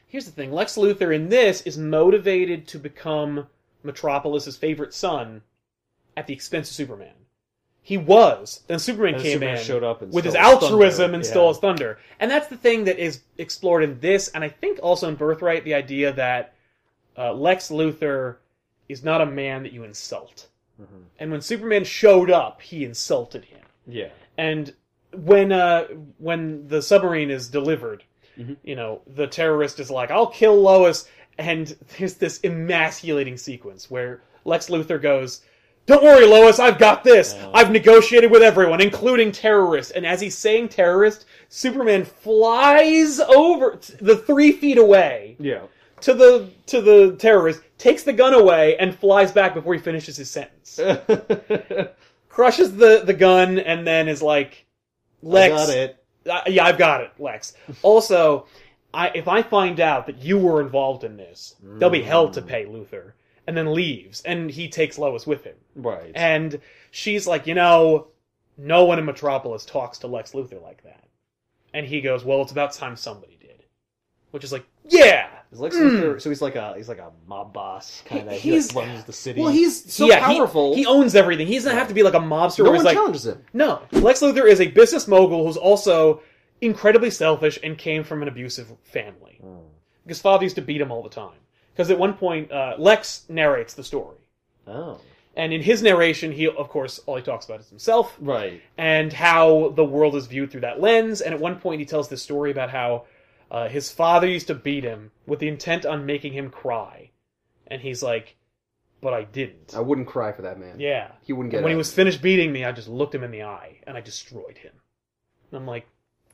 Speaker 1: here's the thing: Lex Luthor in this is motivated to become Metropolis's favorite son, at the expense of Superman. He was. Then Superman
Speaker 2: And
Speaker 1: came
Speaker 2: Superman
Speaker 1: in
Speaker 2: showed up and
Speaker 1: with his
Speaker 2: stole his
Speaker 1: altruism
Speaker 2: thunder.
Speaker 1: and
Speaker 2: Yeah.
Speaker 1: stole his thunder, and that's the thing that is explored in this, and I think also in Birthright, the idea that uh, Lex Luthor is not a man that you insult.
Speaker 2: Mhm.
Speaker 1: And when Superman showed up, he insulted him.
Speaker 2: Yeah.
Speaker 1: And when uh when the submarine is delivered,
Speaker 2: Mm-hmm.
Speaker 3: Mhm.
Speaker 1: you know, the terrorist is like, "I'll kill Lois," and there's this emasculating sequence where Lex Luthor goes, "Don't worry, Lois, I've got this.
Speaker 2: Oh.
Speaker 1: I've negotiated with everyone, including terrorists." And as he's saying "terrorist," Superman flies over t- the three feet away
Speaker 2: Yeah.
Speaker 1: to the to the terrorist, takes the gun away, and flies back before he finishes his sentence crushes the the gun and then is like lex
Speaker 2: I got it.
Speaker 1: Uh, yeah i've got it lex also i if i find out that you were involved in this they'll be hell to pay luther and then leaves and he takes lois with him
Speaker 2: Right.
Speaker 1: and she's like you know no one in metropolis talks to lex luthor like that and he goes well it's about time somebody did which is like yeah
Speaker 2: Is Lex
Speaker 1: Mm.
Speaker 2: Luthor? So he's like a he's like a mob boss kind of.
Speaker 1: He-
Speaker 2: He, just
Speaker 1: he's-
Speaker 2: runs the city.
Speaker 3: Well, he's so
Speaker 1: yeah, he-
Speaker 3: powerful.
Speaker 1: He, owns everything. He doesn't have to be like a mobster
Speaker 3: no
Speaker 1: where he's
Speaker 3: one
Speaker 1: like,
Speaker 3: challenges him.
Speaker 1: no. Lex Luthor is a business mogul who's also incredibly selfish and came from an abusive family.
Speaker 2: Mm.
Speaker 1: Because father used to beat him all the time. Because at one point, uh, Lex narrates the story.
Speaker 2: Oh,
Speaker 1: And in his narration, he, of course, all he talks about is himself
Speaker 2: right.
Speaker 1: and how the world is viewed through that lens. And at one point, he tells this story about how uh, his father used to beat him with the intent on making him cry. And he's like, but I didn't.
Speaker 3: I wouldn't cry for that man.
Speaker 1: Yeah.
Speaker 3: He wouldn't get
Speaker 1: And when
Speaker 3: up.
Speaker 1: he was finished beating me, I just looked him in the eye and I destroyed him. And I'm like,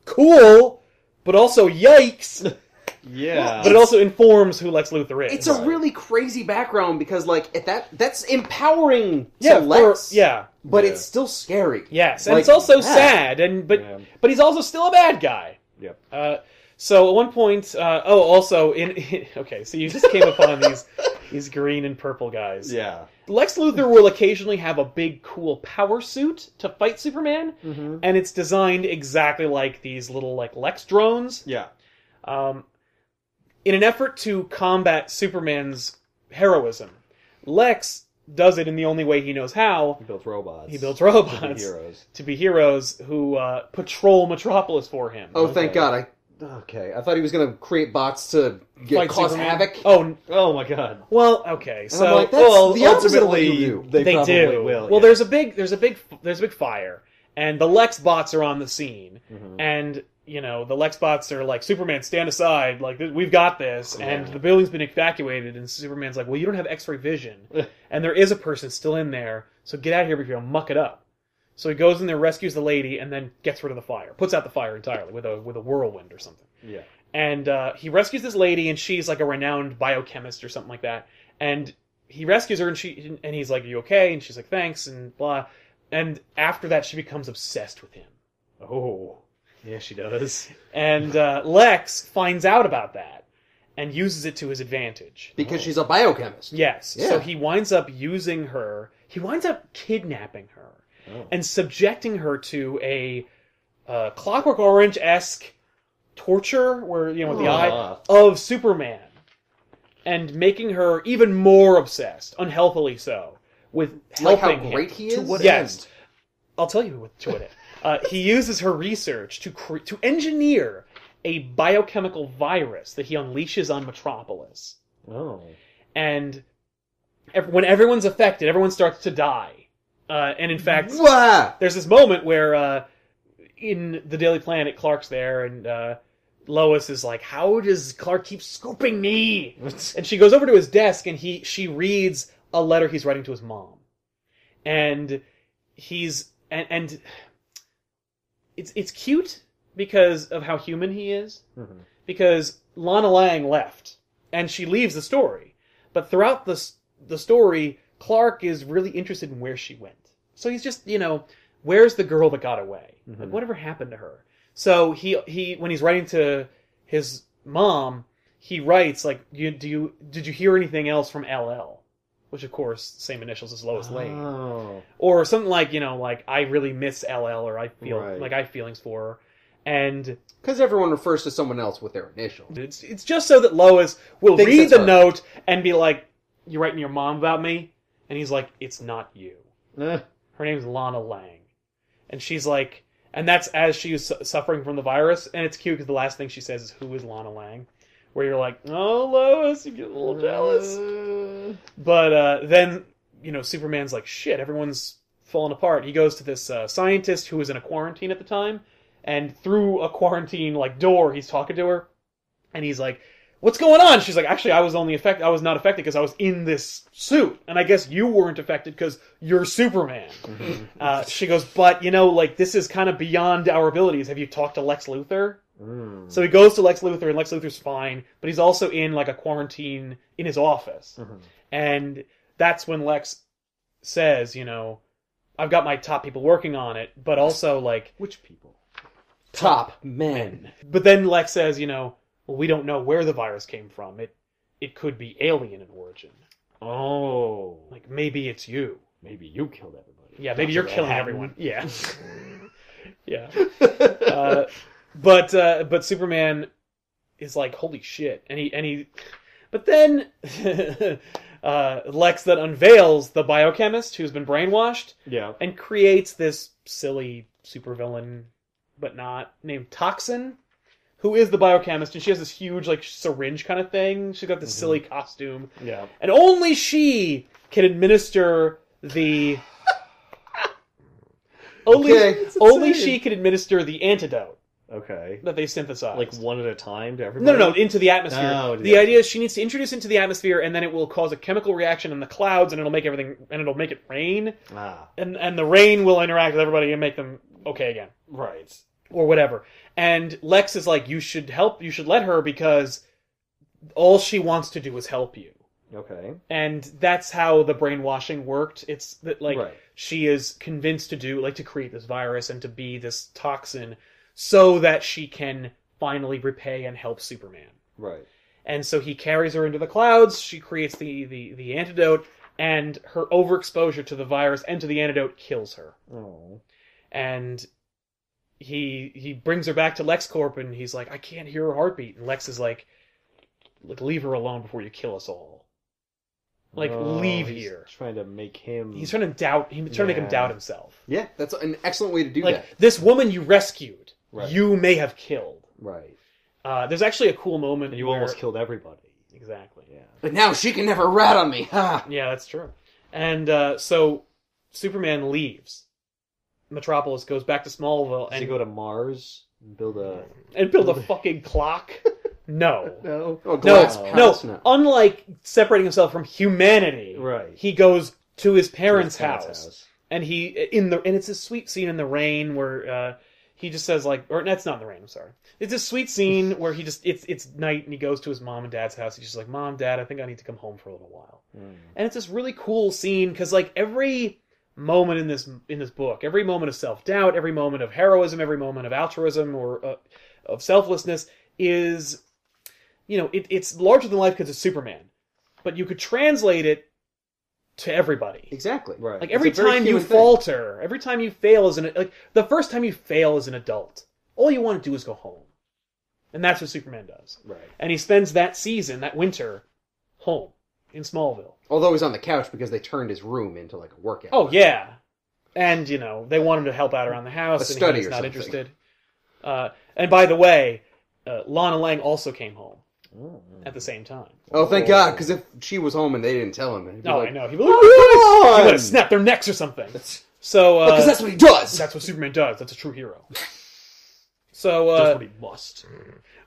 Speaker 1: cool, but also yikes.
Speaker 2: Yeah.
Speaker 1: But it also informs who Lex Luthor is.
Speaker 3: It's a really crazy background because, like, at that that's empowering
Speaker 1: yeah,
Speaker 3: to
Speaker 1: for-
Speaker 3: Lex.
Speaker 1: yeah,
Speaker 3: but
Speaker 2: Yeah.
Speaker 3: it's still scary.
Speaker 1: yes, and
Speaker 3: Like,
Speaker 1: it's also
Speaker 3: yeah.
Speaker 1: sad, and but
Speaker 2: Yeah.
Speaker 1: but he's also still a bad guy.
Speaker 2: Yep.
Speaker 1: Uh, so at one point, uh, oh, also in okay, so you just came upon these these green and purple guys.
Speaker 2: Yeah.
Speaker 1: Lex Luthor will occasionally have a big cool power suit to fight Superman,
Speaker 2: Mm-hmm.
Speaker 1: and it's designed exactly like these little like Lex drones.
Speaker 2: Yeah.
Speaker 1: Um, in an effort to combat Superman's heroism, Lex does it in the only way he knows how.
Speaker 2: He built robots.
Speaker 1: He builds
Speaker 2: to be
Speaker 1: robots
Speaker 2: heroes.
Speaker 1: to be heroes who uh, patrol Metropolis for him.
Speaker 3: Oh,
Speaker 2: Okay.
Speaker 3: thank God! I okay. I thought he was gonna create bots to get
Speaker 1: Fight
Speaker 3: cause
Speaker 1: Superman.
Speaker 3: havoc.
Speaker 1: Oh, n-
Speaker 2: Oh my God.
Speaker 1: well, okay. So
Speaker 3: I'm like, that's
Speaker 2: well,
Speaker 3: the opposite of what
Speaker 2: ultimately,
Speaker 3: you do.
Speaker 2: they,
Speaker 1: they
Speaker 2: probably
Speaker 1: do.
Speaker 2: will.
Speaker 1: well,
Speaker 2: yeah.
Speaker 1: there's a big, there's a big, there's a big fire, and the Lex bots are on the scene,
Speaker 2: Mhm.
Speaker 1: and you know the Lex bots are like, Superman, stand aside, like th- we've got this, and
Speaker 2: Yeah.
Speaker 1: the building's been evacuated, and Superman's like, well, you don't have X-ray vision, and there is a person still in there, so get out of here before you muck it up. So he goes in there, rescues the lady, and then gets rid of the fire, puts out the fire entirely with a with a whirlwind or something.
Speaker 2: Yeah.
Speaker 1: and uh, he rescues this lady, and she's like a renowned biochemist or something like that. And he rescues her, and she and he's like, "Are you okay?" And she's like, "Thanks," and blah. And after that, she becomes obsessed with him.
Speaker 2: Oh. Yeah, she does.
Speaker 1: And uh, Lex finds out about that and uses it to his advantage.
Speaker 3: Because
Speaker 2: Oh.
Speaker 3: she's a biochemist.
Speaker 1: Yes. So
Speaker 3: Yeah.
Speaker 1: he winds up using her. He winds up kidnapping her
Speaker 2: Oh.
Speaker 1: and subjecting her to a uh, Clockwork Orange esque torture, where you know
Speaker 3: Oh.
Speaker 1: with the eye,
Speaker 2: Ah.
Speaker 1: of Superman and making her even more obsessed, unhealthily so, with
Speaker 3: Like
Speaker 1: helping
Speaker 3: how
Speaker 1: him.
Speaker 3: great he is.
Speaker 2: To what
Speaker 1: Yes.
Speaker 2: end?
Speaker 1: I'll tell you what to it. is. Uh, he uses her research to cre- to engineer a biochemical virus that he unleashes on Metropolis,
Speaker 2: Oh.
Speaker 1: and ev- when everyone's affected, everyone starts to die. Uh, and in fact,
Speaker 3: Wah!
Speaker 1: there's this moment where uh, in the Daily Planet, Clark's there, and uh, Lois is like, "How does Clark keep scooping me?" And she goes over to his desk and he she reads a letter he's writing to his mom. And he's and and it's it's cute because of how human he is
Speaker 2: Mhm.
Speaker 1: because Lana Lang left and she leaves the story. But throughout the s- the story, Clark is really interested in where she went. So he's just, you know, where's the girl that got away? Like
Speaker 2: Mhm.
Speaker 1: whatever happened to her? So he he when he's writing to his mom, he writes like, you, "Do you did you hear anything else from LL?" Which of course, same initials as Lois Lane
Speaker 2: Oh.
Speaker 1: or something like you know like i really miss ll or i feel
Speaker 2: Right.
Speaker 1: like i have feelings for her and
Speaker 3: Because everyone refers to someone else with their initial.
Speaker 1: it's it's just so that lois will
Speaker 3: Thinks
Speaker 1: read
Speaker 3: it's
Speaker 1: the
Speaker 3: her.
Speaker 1: note and be like you writing to your mom about me and he's like it's not you
Speaker 2: Eh.
Speaker 1: her name's lana lang and she's like and that's as she was su- suffering from the virus and it's cute because the last thing she says is who is lana lang where you're like oh lois you get a
Speaker 2: Uh,
Speaker 1: little jealous But uh, then, you know, Superman's like, shit, everyone's falling apart. He goes to this uh, scientist who was in a quarantine at the time, and through a quarantine like door, he's talking to her, and he's like, "What's going on?" She's like, "Actually, I was only affected. I was not affected because I was in this suit, and I guess you weren't affected because you're Superman."
Speaker 2: Mhm.
Speaker 1: Uh, she goes, "But you know, like this is kind of beyond our abilities. Have you talked to Lex Luthor?"
Speaker 2: Mm.
Speaker 1: So he goes to Lex Luthor, and Lex Luthor's fine, but he's also in like a quarantine in his office.
Speaker 2: Mhm.
Speaker 1: And that's when Lex says, you know, I've got my top people working on it, but also like,
Speaker 2: Which people?
Speaker 3: Top men.
Speaker 1: but then Lex says, you know, well, we don't know where the virus came from. It it could be alien in origin.
Speaker 2: Oh.
Speaker 1: Like maybe it's you.
Speaker 2: maybe you killed everybody.
Speaker 1: Yeah, maybe
Speaker 2: That's
Speaker 1: you're
Speaker 2: what
Speaker 1: killing everyone.
Speaker 2: happened.
Speaker 1: Yeah. yeah. Uh, but uh, but uh, Superman is like holy shit, and he and he, but then uh, Lex then unveils the biochemist who's been brainwashed
Speaker 2: Yeah.
Speaker 1: and creates this silly supervillain, but not named Toxin, who is the biochemist, and she has this huge like syringe kind of thing. She's got this silly costume,
Speaker 2: Yeah.
Speaker 1: and only she can administer the. Only,
Speaker 3: Okay. That's
Speaker 1: only
Speaker 2: insane.
Speaker 1: she can administer the antidote
Speaker 2: Okay.
Speaker 1: that they synthesize.
Speaker 2: Like one at a time to
Speaker 1: No,
Speaker 2: everybody.
Speaker 1: no, no, into the atmosphere.
Speaker 2: Oh,
Speaker 1: the
Speaker 2: yeah.
Speaker 1: idea is she needs to introduce into the atmosphere, and then it will cause a chemical reaction in the clouds, and it'll make everything, and it'll make it rain,
Speaker 2: Ah,
Speaker 1: and and the rain will interact with everybody and make them okay again,
Speaker 2: right.
Speaker 1: or whatever. And Lex is like, you should help, you should let her because all she wants to do is help you,
Speaker 2: Okay.
Speaker 1: and that's how the brainwashing worked. It's that like
Speaker 2: right.
Speaker 1: she is convinced to do like to create this virus and to be this toxin so that she can finally repay and help Superman.
Speaker 2: Right.
Speaker 1: And so he carries her into the clouds. She creates the, the, the antidote, and her overexposure to the virus and to the antidote kills her.
Speaker 2: Oh.
Speaker 1: And he he brings her back to LexCorp, and he's like, "I can't hear her heartbeat." And Lex is like, "Like leave her alone before you kill us all." Like,
Speaker 2: Oh,
Speaker 1: leave
Speaker 2: he's
Speaker 1: here.
Speaker 2: Trying to make him.
Speaker 1: He's trying to doubt. He's trying to make him
Speaker 2: Yeah.
Speaker 1: doubt himself.
Speaker 3: Yeah, that's an excellent way to do
Speaker 1: Like
Speaker 3: that.
Speaker 1: this woman you rescued,
Speaker 2: Right.
Speaker 1: you may have killed.
Speaker 2: Right.
Speaker 1: Uh, there's actually a cool moment.
Speaker 2: And you
Speaker 1: where-
Speaker 2: almost killed everybody.
Speaker 1: Exactly.
Speaker 2: Yeah.
Speaker 3: But now she can never rat on me. Ha!
Speaker 1: Yeah, that's true. And uh, so Superman leaves. Metropolis goes back to Smallville
Speaker 2: Does
Speaker 1: and
Speaker 2: he go to Mars and build a?
Speaker 1: and build a fucking clock. No,
Speaker 2: No.
Speaker 3: Oh,
Speaker 1: no,
Speaker 3: glass
Speaker 1: no,
Speaker 3: palace,
Speaker 1: Unlike separating himself from humanity,
Speaker 2: Right.
Speaker 1: he goes to his parents'
Speaker 2: His parents'
Speaker 1: house, and he in the and it's a sweet scene in the rain where uh, he just says like, or that's not in the rain. I'm sorry. It's a sweet scene where he just it's it's night and he goes to his mom and dad's house. He's just like, Mom, Dad, I think I need to come home for a little while.
Speaker 2: Mm.
Speaker 1: and it's this really cool scene because like every moment in this in this book every moment of self-doubt every moment of heroism every moment of altruism or uh, of selflessness is you know it, it's larger than life because it's superman but you could translate it to everybody
Speaker 3: Exactly.
Speaker 2: Right.
Speaker 1: like
Speaker 3: It's
Speaker 1: every
Speaker 3: a very
Speaker 1: time you
Speaker 3: human thing.
Speaker 1: falter every time you fail as an like the first time you fail as an adult all you want to do is go home and that's what superman does
Speaker 2: right.
Speaker 1: and he spends that season that winter home in smallville
Speaker 3: Although he's on the couch because they turned his room into like a workout.
Speaker 1: Oh yeah, and you know they want him to help out around the house,
Speaker 3: A
Speaker 1: and
Speaker 3: study
Speaker 1: he's
Speaker 3: or
Speaker 1: not
Speaker 3: something.
Speaker 1: interested. Uh, and by the way, uh, Lana Lang also came home
Speaker 2: Oh.
Speaker 1: at the same time.
Speaker 3: Oh, thank God, because if she was home and they didn't tell him, he'd be
Speaker 1: No, I
Speaker 3: like,
Speaker 1: know he would have
Speaker 3: "Come
Speaker 1: snapped their necks or something.
Speaker 3: on!"
Speaker 1: So uh,
Speaker 3: Because that's what he does.
Speaker 1: that's what Superman does. That's a true hero. So
Speaker 2: That's
Speaker 1: uh,
Speaker 2: what he must.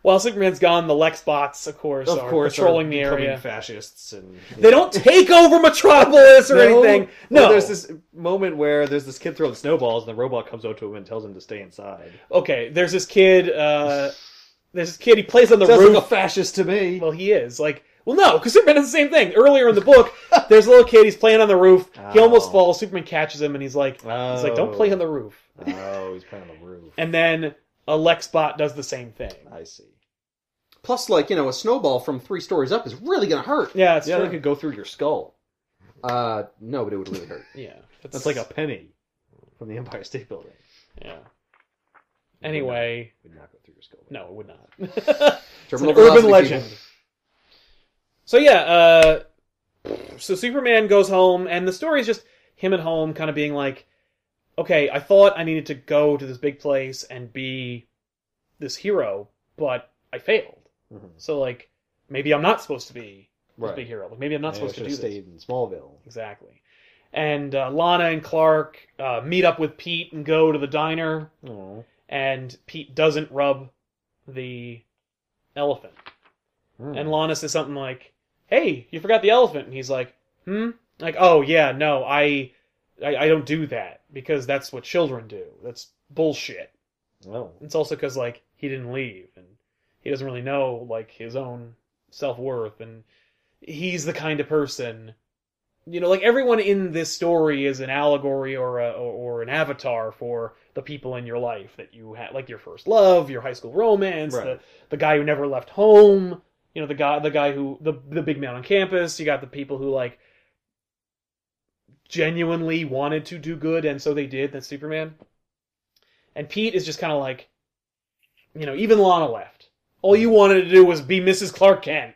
Speaker 1: while Superman's gone, the Lex bots, of course,
Speaker 2: Of
Speaker 1: are
Speaker 2: course,
Speaker 1: patrolling
Speaker 2: are
Speaker 1: the
Speaker 2: becoming
Speaker 1: area.
Speaker 2: Fascists and
Speaker 1: They don't take over Metropolis or anything. No,
Speaker 2: Well, there's this moment where there's this kid throwing snowballs, and the robot comes up to him and tells him to stay inside.
Speaker 1: okay. There's this kid. Uh, there's this kid. He plays on the
Speaker 2: Sounds
Speaker 1: roof.
Speaker 2: like a fascist to me.
Speaker 1: Well, he is. Like, well, no, because Superman does the same thing. Earlier in the book, there's a little kid. He's playing on the roof. He
Speaker 2: Oh.
Speaker 1: almost falls. Superman catches him, and he's like,
Speaker 2: Oh.
Speaker 1: he's like, don't play on the roof.
Speaker 2: Oh, he's playing on the roof.
Speaker 1: And then a Lexbot does the same thing.
Speaker 2: I see.
Speaker 3: Plus, like you know, a snowball from three stories up is really gonna hurt.
Speaker 1: Yeah, it's
Speaker 2: yeah,
Speaker 1: true.
Speaker 2: they could go through your skull.
Speaker 3: Uh, no, but it would really hurt.
Speaker 1: Yeah,
Speaker 2: That's like a penny from the Empire State Building.
Speaker 1: yeah. Anyway,
Speaker 2: would not go through your skull.
Speaker 1: no, it would not. it's an
Speaker 3: Terminal
Speaker 1: urban
Speaker 3: velocity,
Speaker 1: legend.
Speaker 3: people.
Speaker 1: So yeah, uh, so Superman goes home, and the story is just him at home, kind of being like, "Okay, I thought I needed to go to this big place and be this hero, but I failed.
Speaker 2: Mhm.
Speaker 1: So like, maybe I'm not supposed to be this
Speaker 2: Right.
Speaker 1: big hero. Like, maybe I'm not
Speaker 2: Maybe I
Speaker 1: supposed to
Speaker 2: should've
Speaker 1: do this
Speaker 2: stayed in Smallville.
Speaker 1: exactly." And uh, Lana and Clark uh, meet up with Pete and go to the diner,
Speaker 2: Oh.
Speaker 1: and Pete doesn't rub the elephant.
Speaker 2: Hmm.
Speaker 1: And Lana says something like, "Hey, you forgot the elephant," and he's like, "Hmm." Like, "Oh yeah, no, I, I, I don't do that because that's what children do. That's bullshit."
Speaker 2: oh.
Speaker 1: It's also because like he didn't leave and he doesn't really know like his own self worth and he's the kind of person, you know, like everyone in this story is an allegory or a, or, or an avatar for the people in your life that you had, like your first love, your high school romance,
Speaker 2: Right.
Speaker 1: the the guy who never left home, you know, the guy the guy who the the big man on campus. You got the people who like genuinely wanted to do good and so they did. That's Superman. And Pete is just kind of like, you know, even Lana left. All you wanted to do was be Mrs. Clark Kent,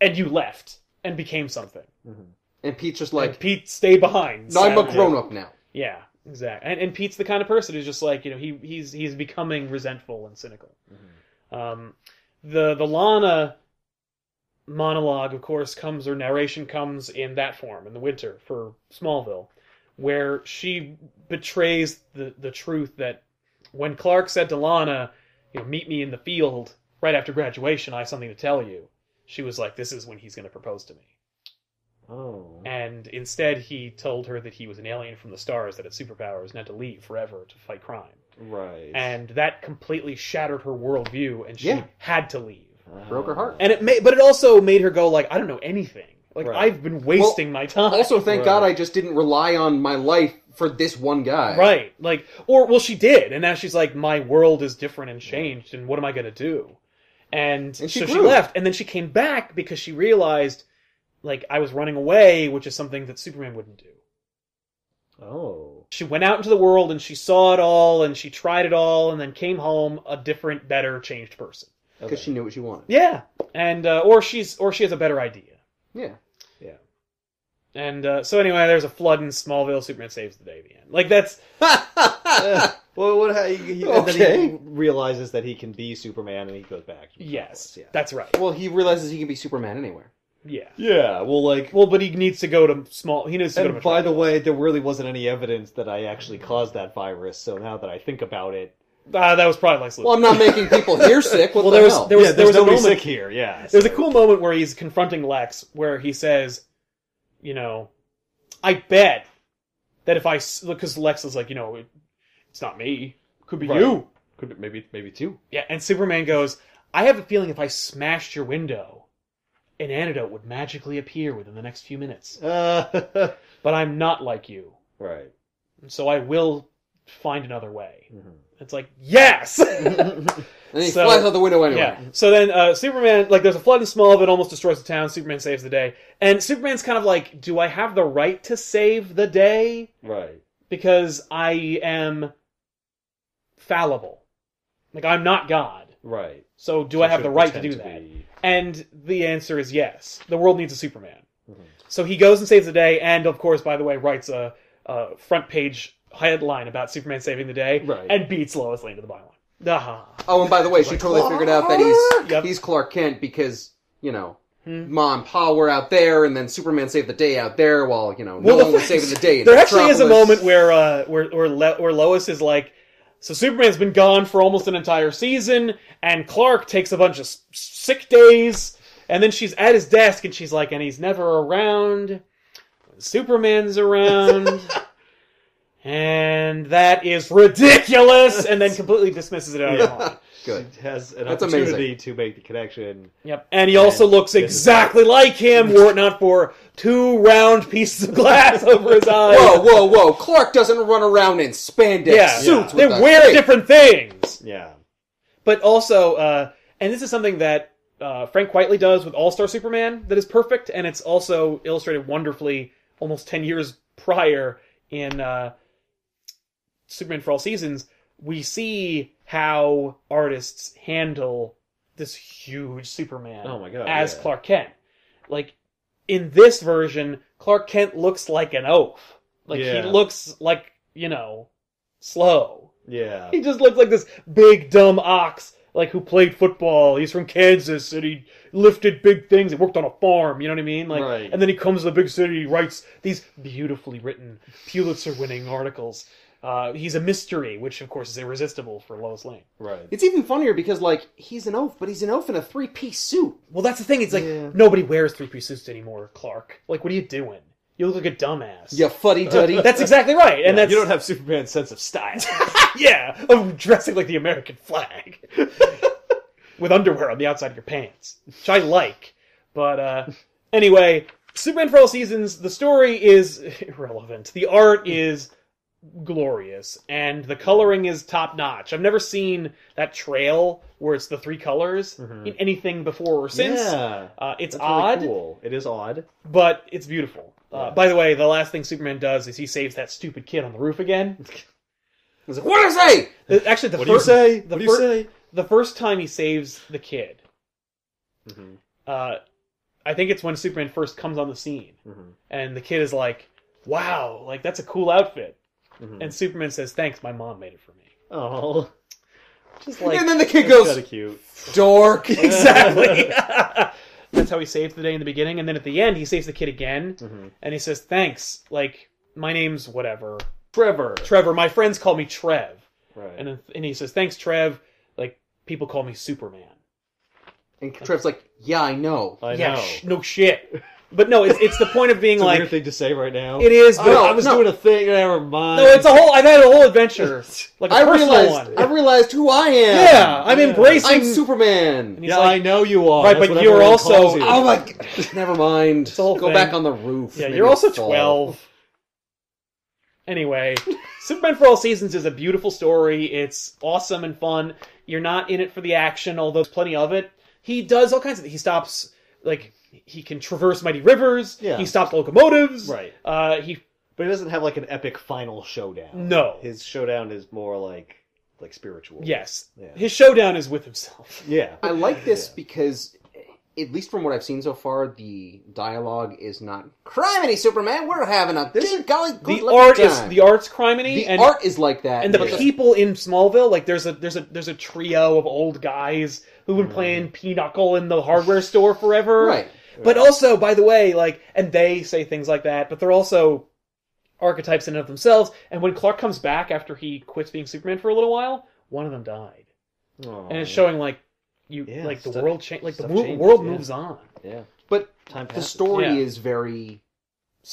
Speaker 1: and you left and became something.
Speaker 2: Mm-hmm.
Speaker 3: And Pete's just
Speaker 1: Like
Speaker 3: like,
Speaker 1: Pete stayed behind.
Speaker 3: no, I'm a
Speaker 1: sadly.
Speaker 3: grown up now.
Speaker 1: Yeah, exactly. And, and Pete's the kind of person who's just like you know he he's he's becoming resentful and cynical. Um, the the Lana monologue, of course, comes or narration comes in that form in the winter for Smallville, where she betrays the the truth that when Clark said to Lana, you know, meet me in the field right after graduation, I have something to tell you. She was like, this is when he's going to propose to me.
Speaker 2: Oh.
Speaker 1: And instead, he told her that he was an alien from the stars that had superpowers and had to leave forever to fight crime.
Speaker 2: Right.
Speaker 1: And that completely shattered her worldview, and she
Speaker 3: Yeah.
Speaker 1: had to leave.
Speaker 3: Broke her heart.
Speaker 1: And it made, but it also made her go like, I don't know anything. Like
Speaker 2: Right.
Speaker 1: I've been wasting my time.
Speaker 3: Also, thank
Speaker 2: Right.
Speaker 3: God I just didn't rely on my life for this one guy.
Speaker 1: right? Like, or well, she did, and now she's like, my world is different and changed, and what am I gonna do? And,
Speaker 3: And she
Speaker 1: so she
Speaker 3: grew.
Speaker 1: left, and then she came back because she realized, like, I was running away, which is something that Superman wouldn't do.
Speaker 2: Oh.
Speaker 1: she went out into the world and she saw it all and she tried it all and then came home a different better changed person
Speaker 3: Because she knew what she wanted.
Speaker 1: yeah and uh, or she's or she has a better idea
Speaker 3: Yeah.
Speaker 1: and uh, so anyway there's a flood in smallville superman saves the day at the end like that's
Speaker 2: Uh, well, what, he, he, and then
Speaker 3: Okay.
Speaker 2: he realizes that he can be Superman, and he goes back. To be
Speaker 1: yes
Speaker 2: Metropolis,
Speaker 1: that's right
Speaker 3: well, he realizes he can be Superman anywhere.
Speaker 1: yeah
Speaker 2: Yeah. Yeah. Well, like.
Speaker 1: well but he needs to go to small he needs to go
Speaker 2: and
Speaker 1: to
Speaker 2: by the
Speaker 1: Metropolis.
Speaker 2: way, there really wasn't any evidence that I actually caused that virus. So now that I think about it,
Speaker 1: Ah, that was probably Lex Luthor.
Speaker 3: Well, I'm not making people here sick. What
Speaker 1: Well,
Speaker 3: the
Speaker 1: there was-
Speaker 3: hell?
Speaker 1: there was-
Speaker 2: yeah, there's
Speaker 1: was a
Speaker 2: nobody
Speaker 1: moment-
Speaker 2: sick here. Yeah,
Speaker 1: There's a cool moment where he's confronting Lex, where he says, you know, I bet that if I, because Lex is like, you know, it, it's not me, could be
Speaker 2: Right.
Speaker 1: you.
Speaker 2: could be, maybe maybe two.
Speaker 1: Yeah, and Superman goes, I have a feeling if I smashed your window, an antidote would magically appear within the next few minutes.
Speaker 2: Uh,
Speaker 1: But I'm not like you,
Speaker 2: right.
Speaker 1: and so I will find another way.
Speaker 2: Mhm.
Speaker 1: It's like, yes!
Speaker 2: Mm-hmm.
Speaker 3: and he
Speaker 1: so-
Speaker 3: flies out the window anyway.
Speaker 1: Yeah. So then uh, Superman, like, there's a flood in Smallville, it almost destroys the town. Superman saves the day, and Superman's kind of like, "Do I have the right to save the day?
Speaker 2: Right.
Speaker 1: Because I am fallible. Like, I'm not God.
Speaker 2: Right.
Speaker 1: So do
Speaker 2: So
Speaker 1: I have
Speaker 2: should
Speaker 1: the right to do
Speaker 2: pretend
Speaker 1: that?"
Speaker 2: be-
Speaker 1: And the answer is yes. The world needs a Superman.
Speaker 2: Mhm.
Speaker 1: So he goes and saves the day, and of course, by the way, writes a, a front page headline about Superman saving the day,
Speaker 2: Right.
Speaker 1: and beats Lois Lane to the Ah. byline. Aha.
Speaker 3: Oh, and by the way, she totally figured out that he's
Speaker 1: Yep.
Speaker 3: he's Clark Kent because you know
Speaker 1: Hmm.
Speaker 3: Ma and Pa were out there, and then Superman saved the day out there, while you know no
Speaker 1: Well, the
Speaker 3: one was
Speaker 1: fact-
Speaker 3: saving the day. in
Speaker 1: There actually is a
Speaker 3: Metropolis.
Speaker 1: moment where uh, where where, Le- where Lois is like, so Superman's been gone for almost an entire season, and Clark takes a bunch of s- sick days, and then she's at his desk and she's like, and he's never around. Superman's around. And that is ridiculous, and then completely dismisses it out of
Speaker 2: Yeah.
Speaker 1: line.
Speaker 3: Good.
Speaker 2: She has an
Speaker 3: That's amazing.
Speaker 2: opportunity to make the connection.
Speaker 1: Yep. And he also
Speaker 2: And
Speaker 1: looks
Speaker 2: this is-
Speaker 1: exactly like him, were it not for two round pieces of glass over his eyes.
Speaker 3: Whoa, whoa, whoa! Clark doesn't run around in spandex
Speaker 1: yeah,
Speaker 3: suits.
Speaker 1: they
Speaker 3: with a
Speaker 1: wear
Speaker 3: cape.
Speaker 1: different things.
Speaker 2: Yeah.
Speaker 1: But also, uh, and this is something that uh, Frank Quitely does with All Star Superman that is perfect, and it's also illustrated wonderfully almost ten years prior in uh, Superman for All Seasons. We see how artists handle this huge Superman
Speaker 2: Oh my god.
Speaker 1: as
Speaker 2: yeah.
Speaker 1: Clark Kent. Like in this version, Clark Kent looks like an oaf. Like
Speaker 2: Yeah.
Speaker 1: he looks like you know slow.
Speaker 2: Yeah.
Speaker 1: He just looks like this big dumb ox, like who played football. He's from Kansas and he lifted big things. He worked on a farm. You know what I mean? Like,
Speaker 2: Right.
Speaker 1: and then he comes to the big city. He writes these beautifully written Pulitzer-winning articles. Uh, he's a mystery, which of course is irresistible for Lois Lane.
Speaker 2: Right.
Speaker 3: It's even funnier because like he's an oaf, but he's an oaf in a three-piece suit.
Speaker 1: Well, that's the thing. It's like
Speaker 2: Yeah.
Speaker 1: nobody wears three-piece suits anymore, Clark. Like, what are you doing? You look like a dumbass.
Speaker 3: You fuddy duddy.
Speaker 1: That's exactly right, and
Speaker 2: Yeah,
Speaker 1: that's
Speaker 2: you don't have Superman's sense of style.
Speaker 1: yeah of dressing like the American flag with underwear on the outside of your pants, which I like. But uh, anyway, Superman for All Seasons. The story is irrelevant. The art is glorious, and the coloring is top notch. I've never seen that trail where it's the three colors
Speaker 2: Mhm.
Speaker 1: in anything before or since.
Speaker 2: yeah.
Speaker 1: Uh, it's
Speaker 2: That's really
Speaker 1: odd
Speaker 2: cool. It is odd.
Speaker 1: but it's beautiful. Uh,
Speaker 2: Yeah.
Speaker 1: by the way, the last thing Superman does is he saves that stupid kid on the roof again.
Speaker 3: He's like, what did I say?
Speaker 1: The- Actually, the
Speaker 2: What do you
Speaker 1: first
Speaker 2: say?
Speaker 1: the
Speaker 2: what do you
Speaker 1: fir-
Speaker 2: say?
Speaker 1: the first time he saves the kid,
Speaker 2: Mm-hmm.
Speaker 1: uh, I think it's when Superman first comes on the scene,
Speaker 2: Mm-hmm.
Speaker 1: and the kid is like, "Wow, like that's a cool outfit,"
Speaker 2: Mm-hmm.
Speaker 1: and Superman says, "Thanks, my mom made it for me."
Speaker 2: oh,
Speaker 1: Just like
Speaker 3: and then the kid
Speaker 2: that's kind
Speaker 3: goes
Speaker 2: of cute.
Speaker 3: dark.
Speaker 1: exactly. That's how he saves the day in the beginning, and then at the end he saves the kid again,
Speaker 2: Mm-hmm.
Speaker 1: and he says, "Thanks, like my name's whatever,
Speaker 2: Trevor.
Speaker 1: Trevor. My friends call me Trev."
Speaker 2: Right.
Speaker 1: And then, and he says, "Thanks, Trev. Like people call me Superman."
Speaker 3: And Trev's like, "Yeah, I know."
Speaker 2: I
Speaker 1: yeah,
Speaker 2: know.
Speaker 1: sh- no shit. But no, it's, it's the point of being
Speaker 2: it's a
Speaker 1: like
Speaker 2: weird thing Oh. to say right now.
Speaker 1: it is.
Speaker 2: I
Speaker 1: But
Speaker 3: No,
Speaker 2: I was
Speaker 3: no.
Speaker 2: doing a thing. Never mind.
Speaker 1: no, it's a whole. I've had a whole adventure, like a
Speaker 3: I
Speaker 1: personal
Speaker 3: realized.
Speaker 1: one.
Speaker 3: I realized who I am.
Speaker 1: yeah, I'm
Speaker 2: Yeah.
Speaker 1: embracing.
Speaker 3: I'm Superman.
Speaker 1: and he's
Speaker 2: yeah,
Speaker 1: like,
Speaker 2: I know you are.
Speaker 1: Right,
Speaker 2: That's
Speaker 1: but
Speaker 2: what
Speaker 1: you're
Speaker 2: everyone
Speaker 1: also-
Speaker 2: calls you.
Speaker 3: Oh my! g- Never mind.
Speaker 1: the whole
Speaker 3: Go
Speaker 1: thing.
Speaker 3: back on the roof.
Speaker 1: yeah,
Speaker 3: Maybe
Speaker 1: you're also
Speaker 3: fall.
Speaker 1: twelve. Anyway, Superman for All Seasons is a beautiful story. It's awesome and fun. You're not in it for the action, although there's plenty of it. He does all kinds of. He stops like he can traverse mighty rivers.
Speaker 2: Yeah.
Speaker 1: He stops locomotives.
Speaker 2: Right.
Speaker 1: Uh, he
Speaker 2: But he doesn't have like an epic final showdown.
Speaker 1: no.
Speaker 2: His showdown is more like like spiritual.
Speaker 1: yes.
Speaker 2: Yeah.
Speaker 1: His showdown is with himself.
Speaker 2: Yeah.
Speaker 3: I like this
Speaker 2: Yeah.
Speaker 3: because, at least from what I've seen so far, the dialogue is not criminy Superman. We're having a
Speaker 2: This-
Speaker 3: good golly good
Speaker 1: the
Speaker 3: lucky
Speaker 1: art
Speaker 3: time.
Speaker 1: is the art's criminy
Speaker 3: The
Speaker 1: and
Speaker 3: art is like that,
Speaker 1: and the
Speaker 3: but
Speaker 1: people in Smallville like there's a there's a there's a trio of old guys who've been playing pinochle in the hardware store forever
Speaker 3: Mm. right.
Speaker 1: but
Speaker 2: Right.
Speaker 1: also by the way like and they say things like that but they're also archetypes in and of themselves and when Clark comes back after he quits being Superman for a little while one of them died
Speaker 2: Aw.
Speaker 1: and it's showing like you
Speaker 2: Oh. Yeah,
Speaker 1: like the
Speaker 2: stuff-
Speaker 1: world change like the
Speaker 2: stuff
Speaker 1: mo-
Speaker 2: changes,
Speaker 1: world
Speaker 2: yeah.
Speaker 1: moves on
Speaker 2: Yeah.
Speaker 3: But
Speaker 2: Time
Speaker 3: the
Speaker 2: passes.
Speaker 3: story
Speaker 1: Yeah.
Speaker 3: is very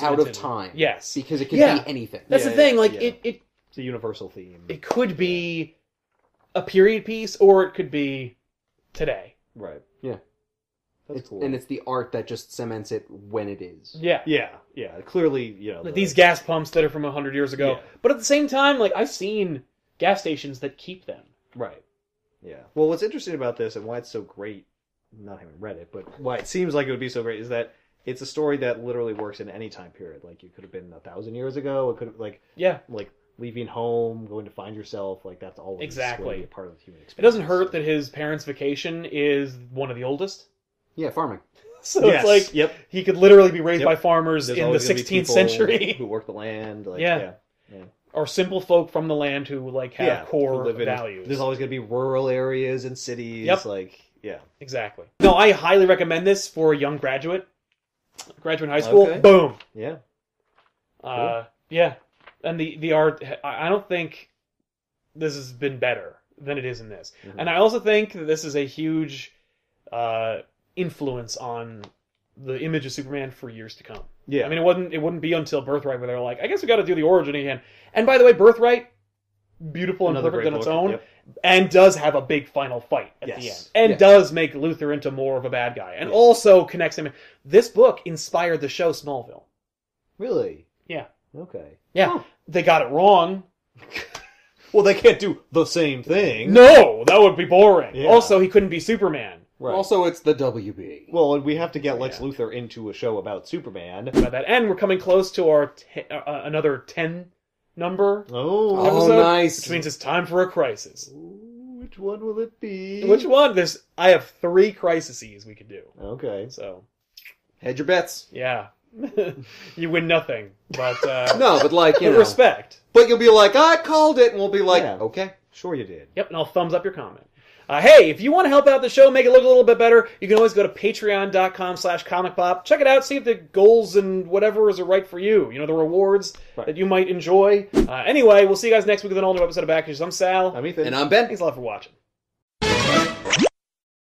Speaker 3: out of time.
Speaker 1: yes
Speaker 3: because it could
Speaker 1: Yeah.
Speaker 3: be anything.
Speaker 1: that's
Speaker 2: Yeah,
Speaker 1: the thing
Speaker 2: yeah,
Speaker 1: like
Speaker 2: yeah.
Speaker 1: it it
Speaker 2: It's a universal theme.
Speaker 1: it could be a period piece or it could be today.
Speaker 2: right.
Speaker 3: Yeah.
Speaker 2: That's
Speaker 3: It's-
Speaker 2: cool.
Speaker 3: And it's the art that just cements it when it is.
Speaker 1: Yeah.
Speaker 2: yeah, yeah. Clearly, you know
Speaker 1: Like
Speaker 2: the-
Speaker 1: these gas pumps that are from 100 years ago.
Speaker 2: Yeah.
Speaker 1: But at the same time, like I've seen gas stations that keep them.
Speaker 2: Right. Yeah. Well, what's interesting about this and why it's so great, not having read it, but why it seems like it would be so great is that it's a story that literally works in any time period. Like it could have been a thousand years ago. It could have like
Speaker 1: Yeah.
Speaker 2: like leaving home, going to find yourself. Like that's always going to
Speaker 1: Exactly.
Speaker 2: be a part of the human experience.
Speaker 1: It doesn't hurt that his parents' vacation is one of the oldest.
Speaker 3: Yeah, farming.
Speaker 1: So
Speaker 2: yes.
Speaker 1: it's like
Speaker 2: yep.
Speaker 1: he could literally be raised
Speaker 2: Yep.
Speaker 1: by farmers
Speaker 2: There's
Speaker 1: in the
Speaker 2: always gonna be
Speaker 1: 16th
Speaker 2: people
Speaker 1: century
Speaker 2: who work the land. Like,
Speaker 1: Yeah.
Speaker 2: yeah.
Speaker 1: or simple folk from the land who like have
Speaker 2: yeah,
Speaker 1: core
Speaker 2: who live in-
Speaker 1: values.
Speaker 2: There's always going to be rural areas and cities.
Speaker 1: Yep.
Speaker 2: Like, yeah.
Speaker 1: Exactly. No, I highly recommend this for a young graduate. Graduate in high school.
Speaker 2: Okay.
Speaker 1: Boom.
Speaker 2: Yeah.
Speaker 1: Uh, yeah, and the the art. I I don't think this has been better than it is in this,
Speaker 2: Mhm.
Speaker 1: and I also think that this is a huge uh, influence on the image of Superman for years to come.
Speaker 2: Yeah.
Speaker 1: I mean, it wouldn't it wouldn't be until Birthright where they're like, I guess we got to do the origin again. And by the way, Birthright, beautiful and
Speaker 2: Another
Speaker 1: perfect
Speaker 2: great
Speaker 1: on its
Speaker 2: book.
Speaker 1: own,
Speaker 2: Yep.
Speaker 1: and does have a big final fight at the end,
Speaker 2: Yes.
Speaker 1: and
Speaker 3: Yeah.
Speaker 1: does make Luther into more of a bad guy, and
Speaker 2: Yeah.
Speaker 1: also connects him. This book inspired the show Smallville.
Speaker 2: Really?
Speaker 1: Yeah.
Speaker 2: Okay.
Speaker 1: Yeah,
Speaker 3: Huh.
Speaker 1: they got it wrong.
Speaker 2: Well, they can't do the same thing.
Speaker 1: No, that would be boring.
Speaker 2: Yeah.
Speaker 1: Also, he couldn't be Superman.
Speaker 2: Right.
Speaker 3: Also, it's the WB.
Speaker 2: well, and we have to get Lex
Speaker 1: Yeah.
Speaker 2: Luthor into a show about Superman.
Speaker 1: By that, and we're coming close to our te- uh, another ten number,
Speaker 2: Oh.
Speaker 3: oh,
Speaker 1: episode,
Speaker 3: nice.
Speaker 1: which means it's time for a crisis.
Speaker 2: Ooh, Which one will it be?
Speaker 1: Which one? There's I have three crises we could do.
Speaker 2: Okay.
Speaker 1: So
Speaker 3: Head your bets.
Speaker 1: yeah, you win nothing, but uh,
Speaker 3: No, but like
Speaker 1: but
Speaker 3: you know,
Speaker 1: respect.
Speaker 3: but you'll be like, I called it, and we'll be like,
Speaker 2: Yeah.
Speaker 3: okay.
Speaker 2: Sure, you did.
Speaker 1: Yep, and I'll thumbs up your comment. Uh, hey, if you want to help out the show, make it look a little bit better, you can always go to patreon.com slash comic pop. Check it out, see if the goals and whatever is right for you. You know, the rewards
Speaker 2: Right.
Speaker 1: that you might enjoy. Uh, anyway, we'll see you guys next week with an all new episode of Back Issues. I'm Sal.
Speaker 2: I'm Ethan.
Speaker 3: And I'm Ben.
Speaker 1: Thanks a lot for watching.